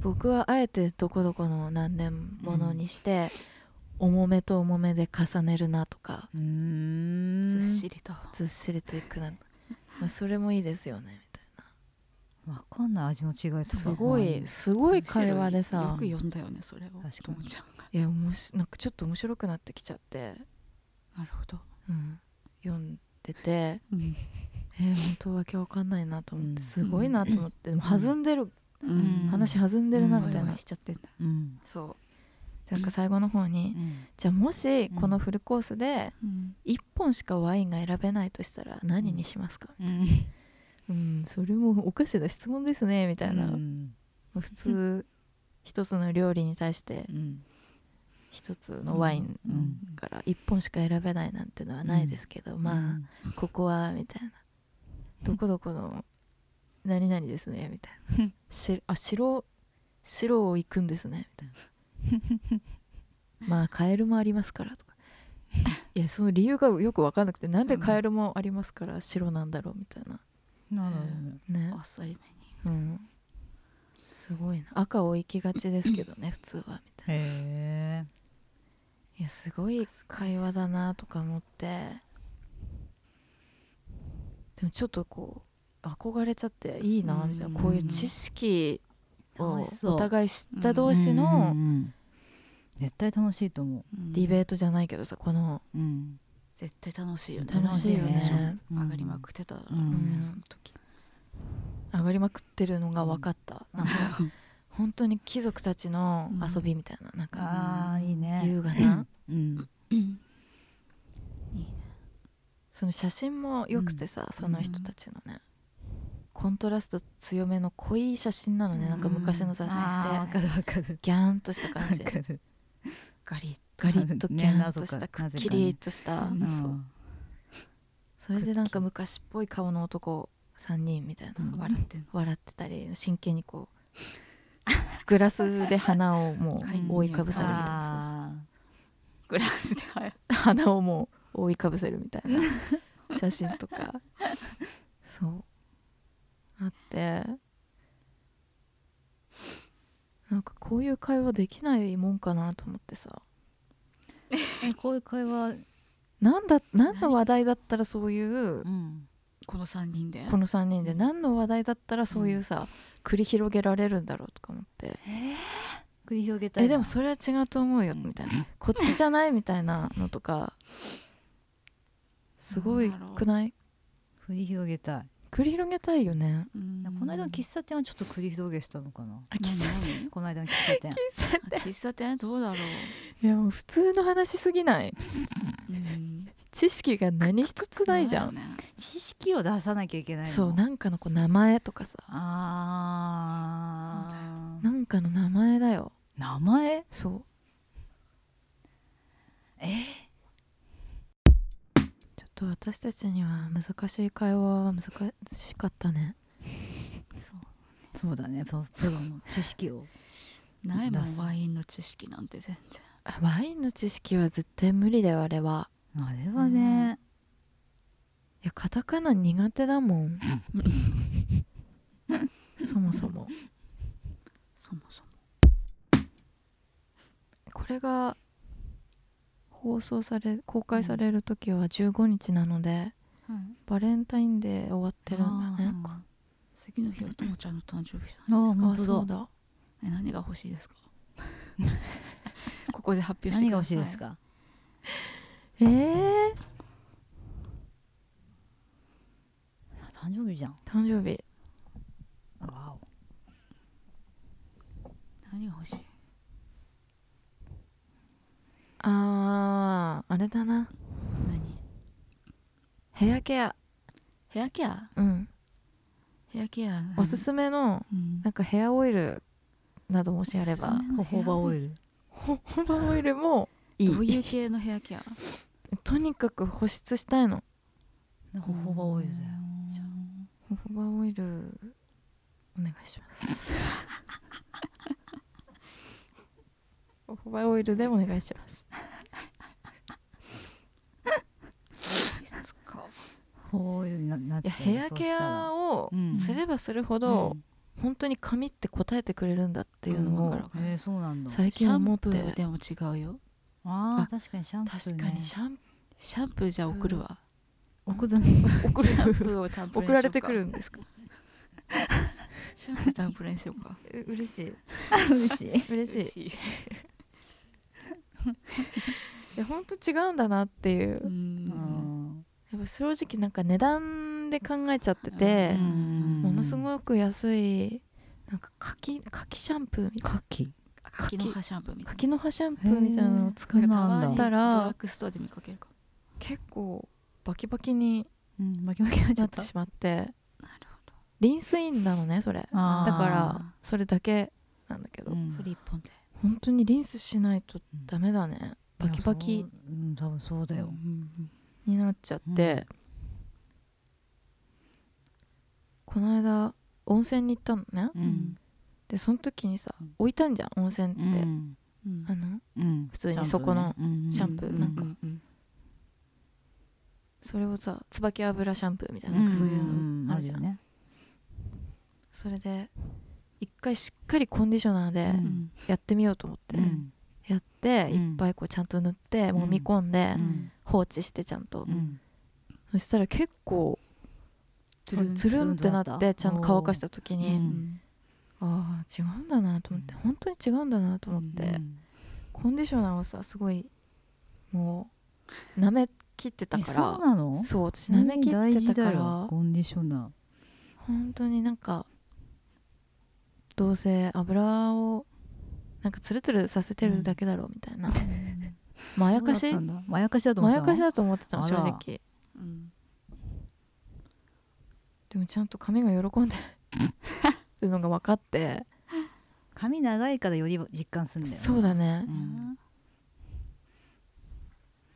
Speaker 2: 僕はあえてどこどこの何年ものにして、重めと重めで重ねるなとか
Speaker 3: うーん
Speaker 1: ずっしりと
Speaker 2: ずっしりといくな、まあ、それもいいですよねみたいな
Speaker 3: わかんない味の違いとか
Speaker 2: すごいすごい会話でさ
Speaker 1: むしろよく読んだよねそれを
Speaker 3: 確かに
Speaker 1: ともちゃんが
Speaker 2: いやおもしなんかちょっと面白くなってきちゃって、
Speaker 1: なるほど、
Speaker 2: うん、読んでて
Speaker 1: うん
Speaker 2: えー、本当わけわかんないなと思って、
Speaker 3: うん
Speaker 2: すごいなと思って、でも弾んでる、
Speaker 1: うん
Speaker 2: 話弾んでるなみたいな、
Speaker 1: しちゃってんだ
Speaker 3: うん
Speaker 2: そうなんか最後の方に、じゃあもしこのフルコースで
Speaker 1: うん
Speaker 2: 1本しかワインが選べないとしたら何にしますか、
Speaker 3: うん
Speaker 2: うん、それもおかしな質問ですねみたいな、
Speaker 3: うん
Speaker 2: 普通一つの料理に対して
Speaker 3: うん
Speaker 2: 一つのワイン
Speaker 3: うん
Speaker 2: から1本しか選べないなんてのはないですけど、まあここはみたいなどこどこの何々ですねみた
Speaker 1: う
Speaker 2: いなしあ白白を行くんですね みたいなまあカエルもありますからとかいやその理由がよく分かんなくてなんでカエルもありますから白なんだろうみたいな
Speaker 3: なるほどね
Speaker 2: ね
Speaker 1: あっさりめに
Speaker 2: うんすごいな赤を行きがちですけどね普通はみたいな
Speaker 3: へえ
Speaker 2: いやすごい会話だなとか思ってでもちょっとこう憧れちゃっていいなみたいな
Speaker 1: うん
Speaker 2: こういう知識を
Speaker 3: 楽しそう
Speaker 2: お互い知った同士の
Speaker 3: うんうんうん絶対楽しいと思
Speaker 2: ディベートじゃないけどさこの
Speaker 3: ううん
Speaker 1: 絶対楽しいよね
Speaker 2: 楽しいよね
Speaker 1: テンション
Speaker 3: うん
Speaker 1: 上がりまくってただろう
Speaker 2: う
Speaker 1: ね
Speaker 2: ん
Speaker 1: その時
Speaker 2: 上がりまくってるのが分かった なんか本当に貴族たちの遊びみたいななんか
Speaker 3: あーいいね
Speaker 2: 優雅な
Speaker 3: うん
Speaker 1: うん
Speaker 2: その写真も良くてさその人たちのねコントラスト強めの濃い写真なのねなんか昔の雑誌
Speaker 3: あー
Speaker 2: っ
Speaker 3: わ
Speaker 2: て
Speaker 3: かるわかる
Speaker 2: ギャーンとした感
Speaker 3: わ
Speaker 2: じ
Speaker 3: かる
Speaker 1: ガリ
Speaker 2: ガリッと
Speaker 3: ね
Speaker 2: キャンとした
Speaker 3: 謎
Speaker 2: く
Speaker 3: か
Speaker 2: っ
Speaker 3: なぜかね
Speaker 2: きりとした
Speaker 1: うん
Speaker 3: うん
Speaker 2: それでなん
Speaker 3: く
Speaker 2: か
Speaker 3: っきり
Speaker 2: 昔っぽい顔の男3人みたいな
Speaker 1: ッ笑ってんの
Speaker 2: 笑ってたり真剣にこうグラスで鼻をも
Speaker 1: 介
Speaker 2: う
Speaker 1: 入
Speaker 2: 覆いかぶさるみたいなそうそう
Speaker 3: あ
Speaker 1: グラスで入る
Speaker 2: そう鼻をもう覆いかぶせるみたい な写真とかそうあってなんかこういう会話できないもんかなと思ってさ
Speaker 3: ーえこういう会話
Speaker 2: なんだ何の話題だったらそういう
Speaker 3: うん
Speaker 1: この三人で
Speaker 2: この3人で何の話題だったらそういうさ、繰り広げられるんだろうとか思って
Speaker 3: 繰り広げたい
Speaker 2: え
Speaker 3: な
Speaker 2: でもそれは違うと思うよ
Speaker 3: うん
Speaker 2: みたいな、こっちじゃないみたいなのとかすごいくない
Speaker 3: 繰り広げたい
Speaker 2: 繰り広げたいよね
Speaker 1: うん
Speaker 3: この間の喫茶店はちょっと繰り広げしたのかな
Speaker 2: あ喫茶
Speaker 1: 何
Speaker 3: この間の喫茶店
Speaker 1: 何喫茶店どうだろ
Speaker 2: いやもう普通の話すぎないう
Speaker 1: うん
Speaker 2: 知識が何一つないじゃん、
Speaker 1: だよね
Speaker 3: 知識を出さなきゃいけないの
Speaker 2: そうなんかのこう名前とかさ
Speaker 3: あー
Speaker 2: なんかの名前だよ
Speaker 3: 名前
Speaker 2: そう
Speaker 3: え
Speaker 2: ちょっと私たちには難しい会話は難しかったね
Speaker 3: そうだねそうプロの知識を
Speaker 1: ないもん
Speaker 3: 出す
Speaker 1: ワインの知識なんて全然
Speaker 2: あワインの知識は絶対無理だよあれは
Speaker 3: あれはね、
Speaker 2: いやカタカナ苦手だも んそもそも
Speaker 1: そもそも
Speaker 2: これが放送され公開される時は15日なので、
Speaker 1: うん
Speaker 2: バレンタインデー終わってるんだ
Speaker 1: あー
Speaker 2: ね
Speaker 1: そっか次の日はともちゃんの誕生日じゃん
Speaker 3: ああ
Speaker 2: あ
Speaker 3: 本
Speaker 2: そ
Speaker 3: 当
Speaker 2: う
Speaker 3: だ
Speaker 2: だ
Speaker 1: え何が欲しいですか ここで発表して
Speaker 3: 何
Speaker 1: く
Speaker 3: が
Speaker 1: だ
Speaker 3: 欲し
Speaker 1: さい
Speaker 3: いですか
Speaker 2: えー、
Speaker 3: 誕生日じゃん
Speaker 2: 誕生日
Speaker 3: わお
Speaker 1: 何が欲しい
Speaker 2: あああれだな
Speaker 1: 何
Speaker 2: ヘアケア
Speaker 1: ヘアケア
Speaker 2: うん
Speaker 1: ヘアケア何
Speaker 2: おすすめの
Speaker 1: うん
Speaker 2: なんかヘアオイルなどもしあれば
Speaker 1: おすすめのヘア
Speaker 3: イル
Speaker 2: ホバオイルもい
Speaker 1: どう
Speaker 2: い
Speaker 1: いう系のヘアケア
Speaker 2: とにかく保湿したいの
Speaker 3: ホホバオイルだよじゃ
Speaker 2: ホバオイルお願いしますホバオイルでお願いします
Speaker 1: いつか
Speaker 3: ホバオイルにななっ
Speaker 2: い
Speaker 3: ちゃ
Speaker 2: や
Speaker 3: う
Speaker 2: ヘアケアを
Speaker 3: をうん
Speaker 2: すればするほど、本当に髪って答えてくれるんだっていうの
Speaker 1: う
Speaker 2: を
Speaker 1: ん
Speaker 3: えー、そうなんだ
Speaker 2: 最
Speaker 1: シ
Speaker 2: 近
Speaker 1: ャ
Speaker 2: 思
Speaker 1: ン
Speaker 2: って
Speaker 1: プーでも違うよ
Speaker 3: あ
Speaker 2: あ
Speaker 3: ー確かにシャンプー、
Speaker 2: 確
Speaker 3: ね、
Speaker 2: かにシャンプ
Speaker 1: シャンプーじゃ送るわ
Speaker 3: ャンプー
Speaker 2: ー送
Speaker 1: シャンプ
Speaker 2: る
Speaker 1: ーをタンプレにしようか
Speaker 2: 送られてくるんですか
Speaker 1: シャンプータンプレにしようか
Speaker 2: う嬉しい
Speaker 3: 嬉しい
Speaker 2: 嬉しい
Speaker 1: しい
Speaker 2: いや本当違うんだなっていう
Speaker 1: う
Speaker 3: うんん
Speaker 2: やっぱ正直なんか値段で考えちゃってて
Speaker 1: う、ん
Speaker 2: ものす
Speaker 3: い
Speaker 2: ごく安いなんか柿柿シャンプーみたいな
Speaker 3: カキ
Speaker 1: 柿の葉シャンプーみたい
Speaker 2: 柿の葉シャンプーみたいなのを使
Speaker 3: へ
Speaker 2: っ
Speaker 3: ー
Speaker 1: な
Speaker 3: なんだ
Speaker 1: たまに
Speaker 2: た
Speaker 1: ド
Speaker 2: ら
Speaker 1: ラッグストアで見かけるか
Speaker 2: 結構バキバキに
Speaker 3: うん巻き巻きになっちゃ
Speaker 2: なっ
Speaker 3: ってた
Speaker 2: しまって
Speaker 1: なるほ
Speaker 2: リンスインなのねそれだ
Speaker 3: あー
Speaker 2: からそれだけなんだけど、
Speaker 3: うん
Speaker 1: どそれ一本で
Speaker 2: 本当にリンスしないとダメだねバキバ
Speaker 3: いや
Speaker 2: キ
Speaker 3: そううん多分そうだよ、
Speaker 1: うん
Speaker 2: になっちゃって、この間温泉に行ったのね
Speaker 1: うん
Speaker 2: でその時にさ
Speaker 3: うん
Speaker 2: 置いたんじゃん温泉って、
Speaker 3: うん
Speaker 1: うん
Speaker 2: あの
Speaker 3: うん
Speaker 2: 普通にそこのシャンプーなんか
Speaker 1: ううん
Speaker 2: それをさ椿油シャンプーみたいな,、
Speaker 1: うん
Speaker 2: なんかそういう
Speaker 3: うん
Speaker 2: のあるじゃん、
Speaker 3: ね
Speaker 2: それで一回しっかりコンディショナーで
Speaker 1: うん
Speaker 3: う
Speaker 1: ん
Speaker 2: やってみようと思って、
Speaker 3: うん
Speaker 2: やって、
Speaker 3: うん
Speaker 2: いっぱいこうちゃんと塗って揉み込んで、
Speaker 3: うん
Speaker 2: 放置してちゃんと、
Speaker 3: うん
Speaker 2: そしたら結構
Speaker 1: トゥルン
Speaker 2: つるんってな
Speaker 3: つるん
Speaker 2: っ
Speaker 3: とな
Speaker 2: て
Speaker 3: った
Speaker 2: ちゃんと乾かした時に、
Speaker 1: う
Speaker 3: う
Speaker 1: んん
Speaker 2: ああ違うんだなと思って、
Speaker 3: うん
Speaker 2: 本当に違うんだなと思って、
Speaker 3: うん
Speaker 2: コンディショナーをさすごいもう舐め切ってた
Speaker 3: え
Speaker 2: か
Speaker 3: そう
Speaker 2: ら
Speaker 3: なの
Speaker 2: そう私舐め切ってたか
Speaker 3: うん大事だよ
Speaker 2: ら
Speaker 3: コンディショナ
Speaker 2: 本当になんかどうせ油をなんかツルツルさせてるだけだろうみたいな、ま
Speaker 3: ー
Speaker 2: あやかし
Speaker 3: そうだったんだまやかしだと思
Speaker 2: まや
Speaker 3: ってたの
Speaker 2: かしだと思ってたの
Speaker 3: あ
Speaker 2: 正
Speaker 3: ら
Speaker 2: 直
Speaker 1: うん
Speaker 2: でもちゃんと髪が喜んでるのが分かって
Speaker 3: 髪長いからより実感するんだよね
Speaker 2: そうだね
Speaker 3: うん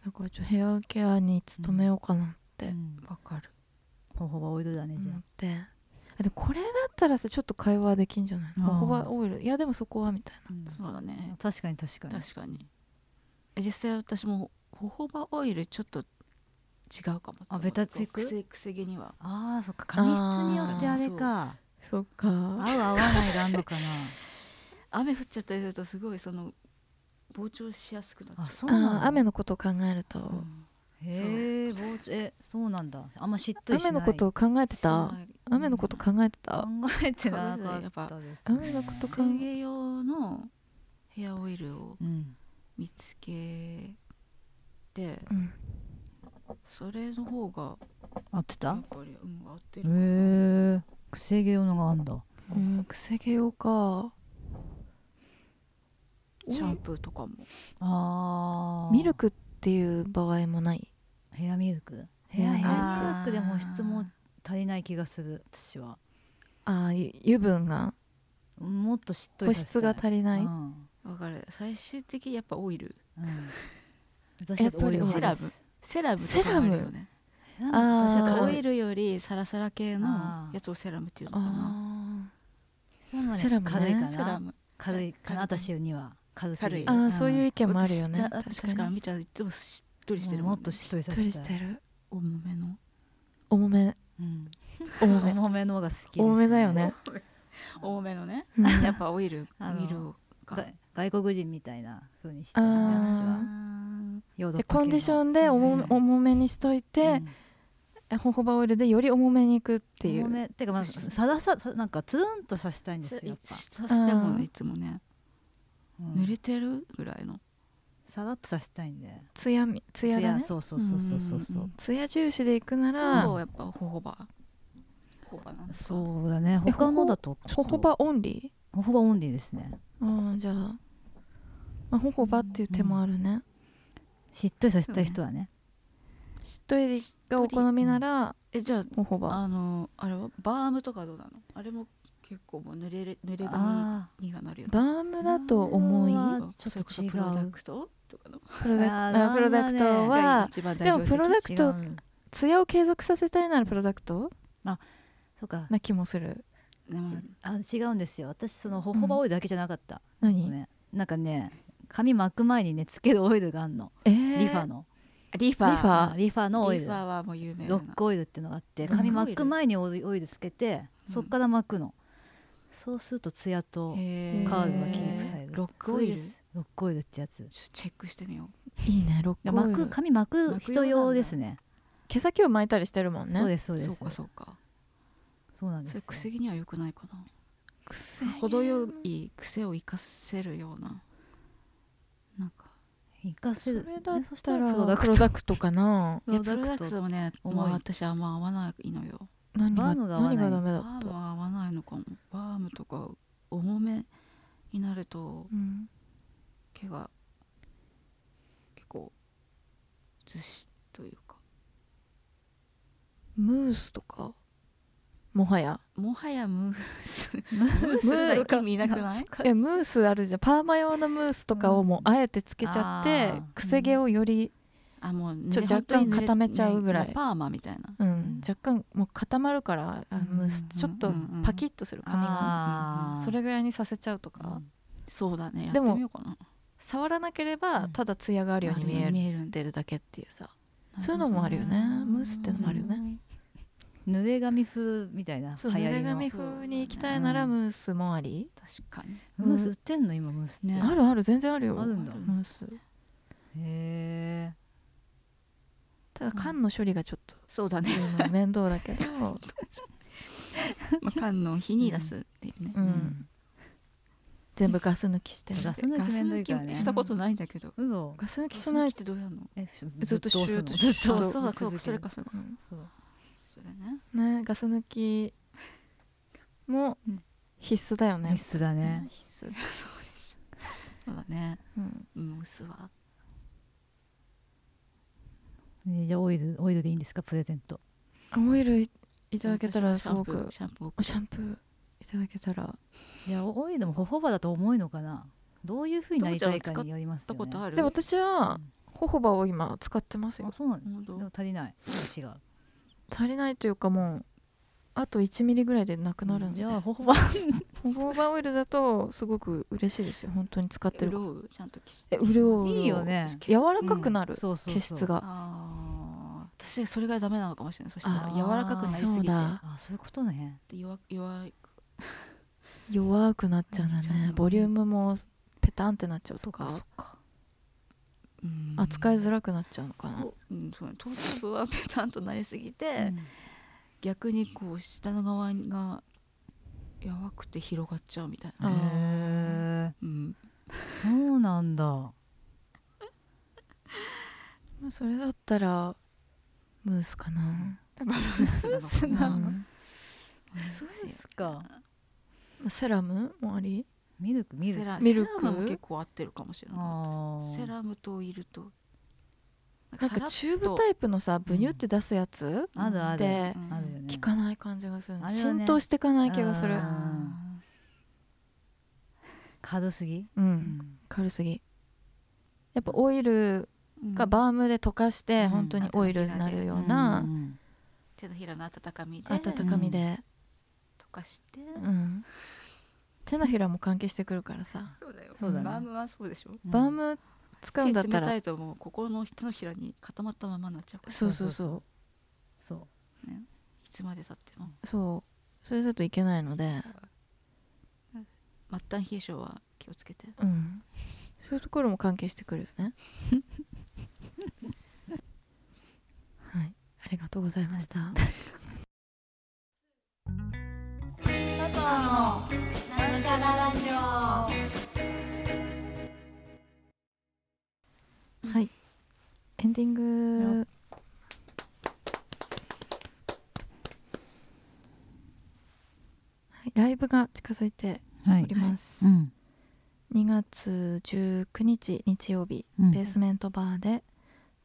Speaker 2: だからちょっとヘアケアに努めようかなって
Speaker 3: うん
Speaker 1: わかる
Speaker 3: ほほばオイルだねじゃ
Speaker 2: 思
Speaker 3: あ
Speaker 2: って、あでもこれだったらさちょっと会話できんじゃない
Speaker 3: あー
Speaker 2: ホホバオイルいやでもそこはみたい
Speaker 1: そうだね
Speaker 3: 確かに確かに
Speaker 1: 確かに実際私もホホバオイルちょっと違うかも
Speaker 3: あベタつく
Speaker 1: 癖癖毛には
Speaker 3: ああそっか髪質によってあれか
Speaker 2: なそっ
Speaker 3: 合
Speaker 2: か
Speaker 3: う合わないがあんのか
Speaker 1: 雨降っちゃったりするとすごいその膨張しやすくなっちゃ
Speaker 3: な
Speaker 1: う
Speaker 3: あそうなの
Speaker 2: あー雨のことを考えると、
Speaker 1: うん
Speaker 3: へえ膨張えそうなんだあんましっとりしない
Speaker 2: 雨のことを考えてた
Speaker 1: しない
Speaker 2: 雨のこと考えてた
Speaker 3: 考えてなかったですね
Speaker 2: 雨のことか
Speaker 1: 水毛用のヘアオイルを
Speaker 3: うん
Speaker 1: 見つけて
Speaker 2: うん
Speaker 1: それの方が
Speaker 3: 合って
Speaker 1: や
Speaker 3: た
Speaker 1: っぱりうん合って
Speaker 3: へ
Speaker 1: る
Speaker 3: え癖毛用のがあんだ
Speaker 2: うん癖毛用か
Speaker 1: シャンプーとかも
Speaker 3: あー
Speaker 2: ミルクっていう場合もない
Speaker 3: ヘアミルクヘ
Speaker 2: ヘア
Speaker 3: ア
Speaker 2: ミ
Speaker 3: ミ
Speaker 2: ルク
Speaker 3: ルクでも質も足りない気がする私は
Speaker 2: ああゆ油分が
Speaker 3: もっとしっと
Speaker 2: 保
Speaker 3: りさせ
Speaker 2: 湿
Speaker 3: た
Speaker 2: が
Speaker 3: い
Speaker 2: 足りない
Speaker 3: うん
Speaker 1: わかる最終的にやっぱオイル
Speaker 3: うん私はオイル
Speaker 1: セラブ
Speaker 3: 派です
Speaker 1: セラムとかもあるよね
Speaker 3: なんだ
Speaker 2: あー
Speaker 3: 私は
Speaker 1: オ
Speaker 3: オイ
Speaker 1: イ
Speaker 3: ル
Speaker 1: ルよりサラサラ系のやつをセラムっていうのかな
Speaker 2: あ
Speaker 3: セ
Speaker 2: セ
Speaker 3: ラ
Speaker 2: ラ
Speaker 3: ム
Speaker 2: ム
Speaker 3: ね
Speaker 2: ね
Speaker 3: 軽いか
Speaker 1: セラ
Speaker 3: な
Speaker 1: ム
Speaker 3: 軽いかな
Speaker 1: 軽い
Speaker 3: 私には軽すぎ
Speaker 2: ー
Speaker 3: る
Speaker 2: あ
Speaker 1: 軽
Speaker 2: ーそういう意見もあるよね
Speaker 1: 私だ
Speaker 2: 確
Speaker 1: 確
Speaker 2: か
Speaker 1: か
Speaker 2: に
Speaker 1: にみちゃんいつもしっとりして
Speaker 3: うん
Speaker 1: る
Speaker 3: も
Speaker 1: も
Speaker 3: っ
Speaker 1: んね
Speaker 3: としっとり
Speaker 2: しっ
Speaker 3: さ
Speaker 2: とり
Speaker 3: せ
Speaker 2: したて
Speaker 3: い
Speaker 2: る
Speaker 1: 重めの
Speaker 2: 重め
Speaker 3: うん
Speaker 2: 重め
Speaker 3: 重めの方が好きです
Speaker 2: 多めだよね
Speaker 1: 多めのね
Speaker 2: うん
Speaker 1: やっぱオイル
Speaker 3: あの
Speaker 1: オイルを
Speaker 3: が
Speaker 1: か
Speaker 3: 外国人みたいな風にして
Speaker 2: あ
Speaker 3: るん
Speaker 2: ー
Speaker 3: で私
Speaker 1: あ
Speaker 3: は
Speaker 1: ー
Speaker 3: ヨーロッ
Speaker 2: で
Speaker 3: パ系の
Speaker 2: コンディションで重め
Speaker 3: うん
Speaker 2: 重めにしといて、ホホバオイルでより重めにいくってい
Speaker 3: 重
Speaker 2: う
Speaker 3: めてかまあさらささなんかツーンとさせたいんですよやっ
Speaker 1: さ
Speaker 3: ぱ、
Speaker 1: してるもん
Speaker 2: うん
Speaker 1: ねいつもね
Speaker 3: うん
Speaker 1: 濡れてるぐらいの
Speaker 3: さらっとさせたいんで
Speaker 2: ツヤみツヤだね
Speaker 3: そうそうそうそうそうそう
Speaker 1: うん
Speaker 2: ツヤ重視でいくなら
Speaker 1: そうやっぱホホバホホバなんですか
Speaker 3: そうだね
Speaker 2: え
Speaker 3: 他のだとちょ
Speaker 2: ホ
Speaker 3: っと
Speaker 2: ホバオンリ
Speaker 3: ほほばオンリーですね
Speaker 2: ーああじゃあ、まあ、ホホバっていう手もあるね、
Speaker 3: しっとりさせたい人はね
Speaker 2: しっとりがお好みなら
Speaker 1: えじゃあ
Speaker 2: もうほぼ
Speaker 1: あのあれはバームとかどうなのあれも結構もう濡れれ濡れ髪
Speaker 3: あ
Speaker 1: にはなるよね
Speaker 2: バームだと重い
Speaker 3: バームは
Speaker 1: ち
Speaker 3: ち
Speaker 1: ょ
Speaker 3: ょ
Speaker 1: っ
Speaker 3: っ
Speaker 1: と
Speaker 3: と
Speaker 1: 違う
Speaker 3: 違う
Speaker 1: プロダクトとかの
Speaker 2: プロダク
Speaker 3: あ
Speaker 2: ト
Speaker 3: ー
Speaker 2: あプロダクト
Speaker 3: バ
Speaker 1: が
Speaker 2: は
Speaker 1: 一番代
Speaker 2: でも
Speaker 1: 表的
Speaker 2: プロダク
Speaker 3: 違
Speaker 2: ト
Speaker 3: う
Speaker 2: ツヤを継続させたいならプロダクト
Speaker 3: そうか
Speaker 2: な気もする
Speaker 1: でも
Speaker 3: ちあ違うんですよ私そのホホバオイルだけじゃなかった、ご
Speaker 2: 何
Speaker 3: めんなんかね髪巻く前にねつけるオイルがあんの、
Speaker 2: えー
Speaker 3: リファの
Speaker 1: リファ
Speaker 2: リファあ
Speaker 3: あリファのオイ
Speaker 1: リ
Speaker 3: ル
Speaker 1: ファはもう有名だ
Speaker 3: ロ
Speaker 1: な
Speaker 3: ックオイルっていうのがあって
Speaker 2: うん
Speaker 3: 髪巻く前にオイルオイルつけて、
Speaker 1: うん
Speaker 3: そっから巻くのそうするとツヤと
Speaker 1: へー
Speaker 3: カールがキープされる
Speaker 1: ロックオイル
Speaker 3: そうですロックオイルってやつ
Speaker 1: ちょチェックしてみよう
Speaker 2: いいねロックオイ
Speaker 3: 巻
Speaker 2: ル
Speaker 3: く髪巻く人用ですね
Speaker 2: 毛先を巻いたりしてるもんね
Speaker 3: そうですそうで
Speaker 1: そ
Speaker 3: す
Speaker 1: うかそうか
Speaker 3: そうなんで
Speaker 1: それ
Speaker 3: す
Speaker 1: 癖には良くないかな
Speaker 2: くせ
Speaker 1: 程よい癖を生かせるようななんか
Speaker 3: 生かせ
Speaker 2: そ
Speaker 3: る
Speaker 2: れだっ
Speaker 3: えそした
Speaker 2: た
Speaker 3: ら
Speaker 2: ら
Speaker 3: プロダク
Speaker 2: プ
Speaker 3: ト
Speaker 2: ロダ クトかない
Speaker 1: や
Speaker 3: プ
Speaker 1: プロ
Speaker 3: ロ
Speaker 1: ダ
Speaker 3: ダ
Speaker 1: ク
Speaker 3: ク
Speaker 1: ト
Speaker 3: ト
Speaker 1: もねも
Speaker 3: 重
Speaker 1: う
Speaker 3: い
Speaker 1: 私あんま合わないのよ
Speaker 2: 何が
Speaker 3: バームが合わない
Speaker 2: 何がダメだ
Speaker 1: バ
Speaker 2: っ
Speaker 1: ー
Speaker 2: た
Speaker 1: ムは合わないのかもバームとか重めになると
Speaker 2: うん
Speaker 1: 毛が結構ずしっというか
Speaker 2: ムースとかもは や
Speaker 1: もはやムース
Speaker 3: ムー
Speaker 2: ムース
Speaker 1: とか見なくない
Speaker 3: 懐かし
Speaker 2: いやムースあるじゃんパーマ用のムースとかをもうあえてつけちゃって
Speaker 3: あー
Speaker 2: くせ毛をより、
Speaker 1: あもうね
Speaker 2: ちょ
Speaker 1: 本当に
Speaker 2: 若干固めちゃうぐらい
Speaker 1: ねパーマみたいな
Speaker 2: うん
Speaker 3: ん
Speaker 2: 若干もう固まるからあムース
Speaker 3: うん
Speaker 2: ちょっとパキッとする髪が
Speaker 3: あー
Speaker 2: それぐらいにさせちゃうと
Speaker 3: う
Speaker 2: か
Speaker 3: ん
Speaker 1: そうだねやっ
Speaker 2: で
Speaker 1: て
Speaker 2: も
Speaker 1: みようかな
Speaker 2: 触らなければ
Speaker 3: うん
Speaker 2: ただツヤがあるように見え
Speaker 1: 見えるんで
Speaker 2: てるだけっていうさそういうのもあるよねムースってのもあるよね
Speaker 3: 濡れ髪風みたいな
Speaker 2: そう
Speaker 3: 流行
Speaker 2: 濡
Speaker 3: り
Speaker 2: れ
Speaker 3: の
Speaker 2: 髪風に行きたいなら
Speaker 3: うん
Speaker 2: ムースもあり
Speaker 1: 確かに
Speaker 3: ムース売ってんの今ムースって、
Speaker 1: ね
Speaker 2: あるある全然あるよ
Speaker 3: あるんだ
Speaker 2: ムース
Speaker 3: へえ
Speaker 2: ただ缶の処理がちょっと
Speaker 1: そうだ
Speaker 2: って
Speaker 1: ね、
Speaker 2: いうのは面倒だけど
Speaker 1: まあ、缶の日に出すっていうね、
Speaker 2: うん全部ガス抜きしてる
Speaker 3: ガス抜きめんどいからね
Speaker 1: ガス抜きしたことないんだけど、
Speaker 3: うそ
Speaker 2: ガス抜きしな
Speaker 1: ガ
Speaker 2: い
Speaker 1: ス抜きってどうやるの
Speaker 3: え
Speaker 2: ず
Speaker 3: ず
Speaker 2: っとシュー
Speaker 3: ず
Speaker 2: ト
Speaker 3: っと押すのずっと
Speaker 1: そう
Speaker 3: 押
Speaker 1: だ
Speaker 3: し
Speaker 1: そうだ
Speaker 3: 続ける
Speaker 1: それかそれか
Speaker 2: うん
Speaker 3: そう
Speaker 1: それね
Speaker 2: ねガス抜きも
Speaker 1: うん
Speaker 2: 必須だよね
Speaker 3: 必須だね
Speaker 2: 必須、
Speaker 1: そうだね
Speaker 2: うん、
Speaker 1: ムースは
Speaker 3: ねじゃあオイルオイルでいいんですかプレゼント
Speaker 2: オイルいただけたら
Speaker 1: 私
Speaker 2: す
Speaker 1: はシャ
Speaker 2: ご
Speaker 1: ンプー
Speaker 2: く
Speaker 1: シャンプーを
Speaker 2: おシャンプーいただけたら
Speaker 3: いやオイルもホホバだと重いのかなどういうふうになりたいかによります
Speaker 1: た
Speaker 3: よね
Speaker 1: ことある
Speaker 2: で私は
Speaker 3: うん
Speaker 2: ホホバを今使ってます
Speaker 3: あ
Speaker 2: よ
Speaker 3: そうなの
Speaker 1: 本当
Speaker 3: でも足りない違う
Speaker 2: 足りないというかもうあと1ミリぐらいでなくなるんで
Speaker 3: じゃあホホバ
Speaker 2: ホホバオイルだとすごく嬉しいですよ本当に使ってる
Speaker 1: 潤うちゃんとキス
Speaker 2: え潤う
Speaker 3: いいよね
Speaker 2: 柔らかくなる、
Speaker 3: そうそうそう
Speaker 2: 毛質が
Speaker 1: あー私それがダメなのかもしれないそしたら
Speaker 2: あー
Speaker 1: 柔らかくなりす
Speaker 2: そう
Speaker 1: ぎて
Speaker 2: だ
Speaker 3: あそういうことね
Speaker 1: で弱弱い
Speaker 2: 弱くなっちゃうんだ
Speaker 1: なっちゃうんだ
Speaker 2: ね
Speaker 1: ね
Speaker 2: ボリュームもペタンってなっちゃうとか
Speaker 1: そっかうん
Speaker 2: 扱いづらくなっちゃうのかな
Speaker 1: こううんそうね頭頂部はペタンとなりすぎ
Speaker 3: う
Speaker 1: て、
Speaker 3: ん
Speaker 1: 逆にこう下の側が弱くて広がっちゃうみたいな、
Speaker 2: あ
Speaker 3: へえ
Speaker 1: うん、
Speaker 3: そうなんだ
Speaker 2: まあそれだったらムースかな、
Speaker 3: ス
Speaker 2: うん
Speaker 3: なの
Speaker 2: ま
Speaker 3: そうですか
Speaker 2: あセラムもあり
Speaker 3: ミルクミル
Speaker 1: セ
Speaker 3: ク
Speaker 1: ラ
Speaker 2: ミルク
Speaker 1: セラムも結構合ってるかもしれな
Speaker 3: あ
Speaker 1: い
Speaker 3: ー
Speaker 1: セラムとオイルと
Speaker 2: なんかチューブタイプのさブニュって出すやつ、
Speaker 3: あるある
Speaker 2: で
Speaker 1: うん
Speaker 3: あるよね
Speaker 2: 効かない感じがするの、
Speaker 3: あれはね
Speaker 2: 浸透していかない気がする
Speaker 3: あ
Speaker 1: あ
Speaker 3: 軽すぎ
Speaker 2: うん、
Speaker 3: うん
Speaker 2: 軽すぎやっぱオイル
Speaker 1: ーうん
Speaker 2: がバームで溶かして
Speaker 3: うん
Speaker 2: 本当にオイルになるような
Speaker 3: うん
Speaker 1: 手のひらの温かみで
Speaker 2: 温かみで、
Speaker 1: とかして、
Speaker 2: うん、手のひらも関係してくるからさ
Speaker 1: そうだよ
Speaker 3: そうだね
Speaker 1: バームはそうでしょ
Speaker 3: うん
Speaker 2: バーム使うん
Speaker 1: 手
Speaker 2: だった
Speaker 1: 冷
Speaker 2: ら
Speaker 1: たいともうここの手のひらに固まったままになっちゃうから
Speaker 2: そうそうそう
Speaker 3: そう
Speaker 1: いつまでたっても
Speaker 2: そうそれだといけないので、
Speaker 1: 末端冷え性は気をつけて
Speaker 2: うん、そういうところも関係してくるよねはいありがとうございましたはいエンディングはいライブが近づいて
Speaker 3: は
Speaker 2: おります、
Speaker 3: うん
Speaker 2: 2月19日日曜日、
Speaker 3: うん
Speaker 2: ベースメントバーで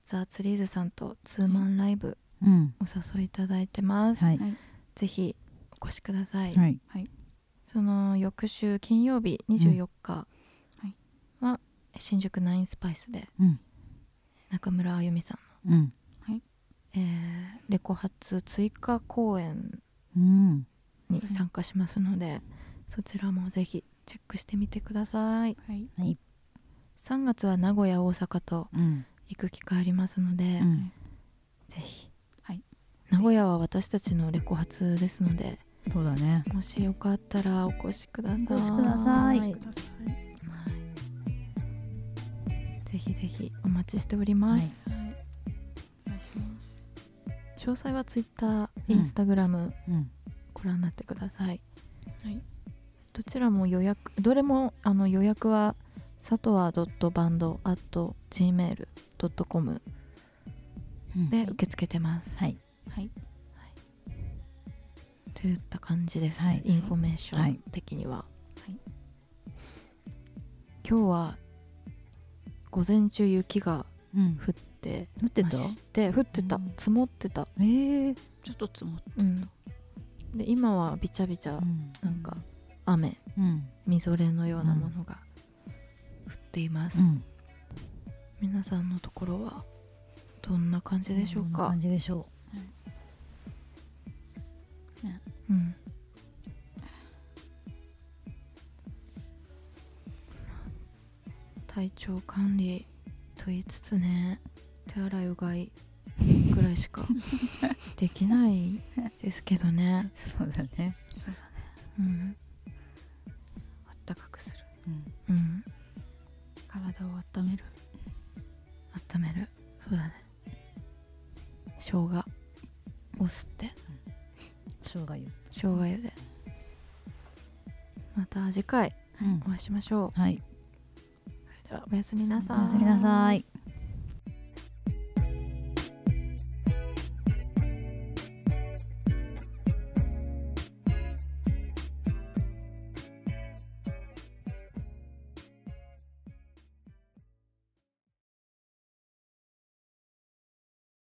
Speaker 2: ザ・ツリーズさんとツーマンライブ
Speaker 4: うん
Speaker 2: お誘いいただいてます、
Speaker 4: はい
Speaker 1: はい
Speaker 2: ぜひお越しください、
Speaker 4: はい
Speaker 2: その翌週金曜日24日
Speaker 1: はい
Speaker 2: は新宿ナインスパイスで
Speaker 4: うん
Speaker 2: 中村あゆみさ
Speaker 4: うん
Speaker 2: ん、えーレコ発追加公演
Speaker 4: うん
Speaker 2: に参加しますので、そちらもぜひチェックしてみてください
Speaker 1: はい
Speaker 2: 3月は名古屋大阪と
Speaker 4: うん
Speaker 2: 行く機会ありますので、
Speaker 4: うん
Speaker 2: ぜひ、
Speaker 1: はい
Speaker 2: 名古屋は私たちのレコ発ですので
Speaker 4: そうだね
Speaker 2: もしよかったらお越しください
Speaker 4: お越しください
Speaker 2: はい
Speaker 1: くださ
Speaker 2: ぜひぜひお待ちしております、
Speaker 1: いはいお願いします
Speaker 2: 詳細はツイッター
Speaker 4: うん
Speaker 2: インスタグラム
Speaker 4: うん
Speaker 2: ご覧になってください、
Speaker 1: はい
Speaker 2: どちらも予約どれもあの予約はさとわ .band.gmail.com
Speaker 4: うん
Speaker 2: で受け付けてます、
Speaker 4: はい
Speaker 1: はい
Speaker 2: といった感じです、
Speaker 4: はい
Speaker 2: インフォメーション的には、
Speaker 1: い
Speaker 2: 今日は午前中雪が
Speaker 4: うん
Speaker 2: 降って
Speaker 4: 降って
Speaker 2: ま
Speaker 4: た
Speaker 2: して降ってた
Speaker 1: うん
Speaker 2: 積もってた、
Speaker 4: えー
Speaker 1: ちょっと積もって
Speaker 2: で今はびちゃびちゃ
Speaker 4: うん
Speaker 2: なんか雨
Speaker 4: うん
Speaker 2: みぞれのようなものが降っています、
Speaker 4: うん
Speaker 2: 皆さんのところはどんな感じでしょう
Speaker 4: こんな
Speaker 2: か
Speaker 4: 感、じでしょ
Speaker 2: うん体調管理と言いつつね手洗いうがいぐら いしかできないですけどね、
Speaker 4: うそうだね
Speaker 1: そうだ
Speaker 2: うん
Speaker 1: あったかくする
Speaker 4: うん
Speaker 2: うん、
Speaker 1: 体を温める
Speaker 2: 温めるそうだね生姜お酢って
Speaker 4: 生姜湯
Speaker 2: 生姜湯でまた次回
Speaker 4: うん
Speaker 2: お会いしましょ
Speaker 4: はいう
Speaker 2: それではおやすみなさ
Speaker 4: お
Speaker 2: ーい
Speaker 4: やすみなさい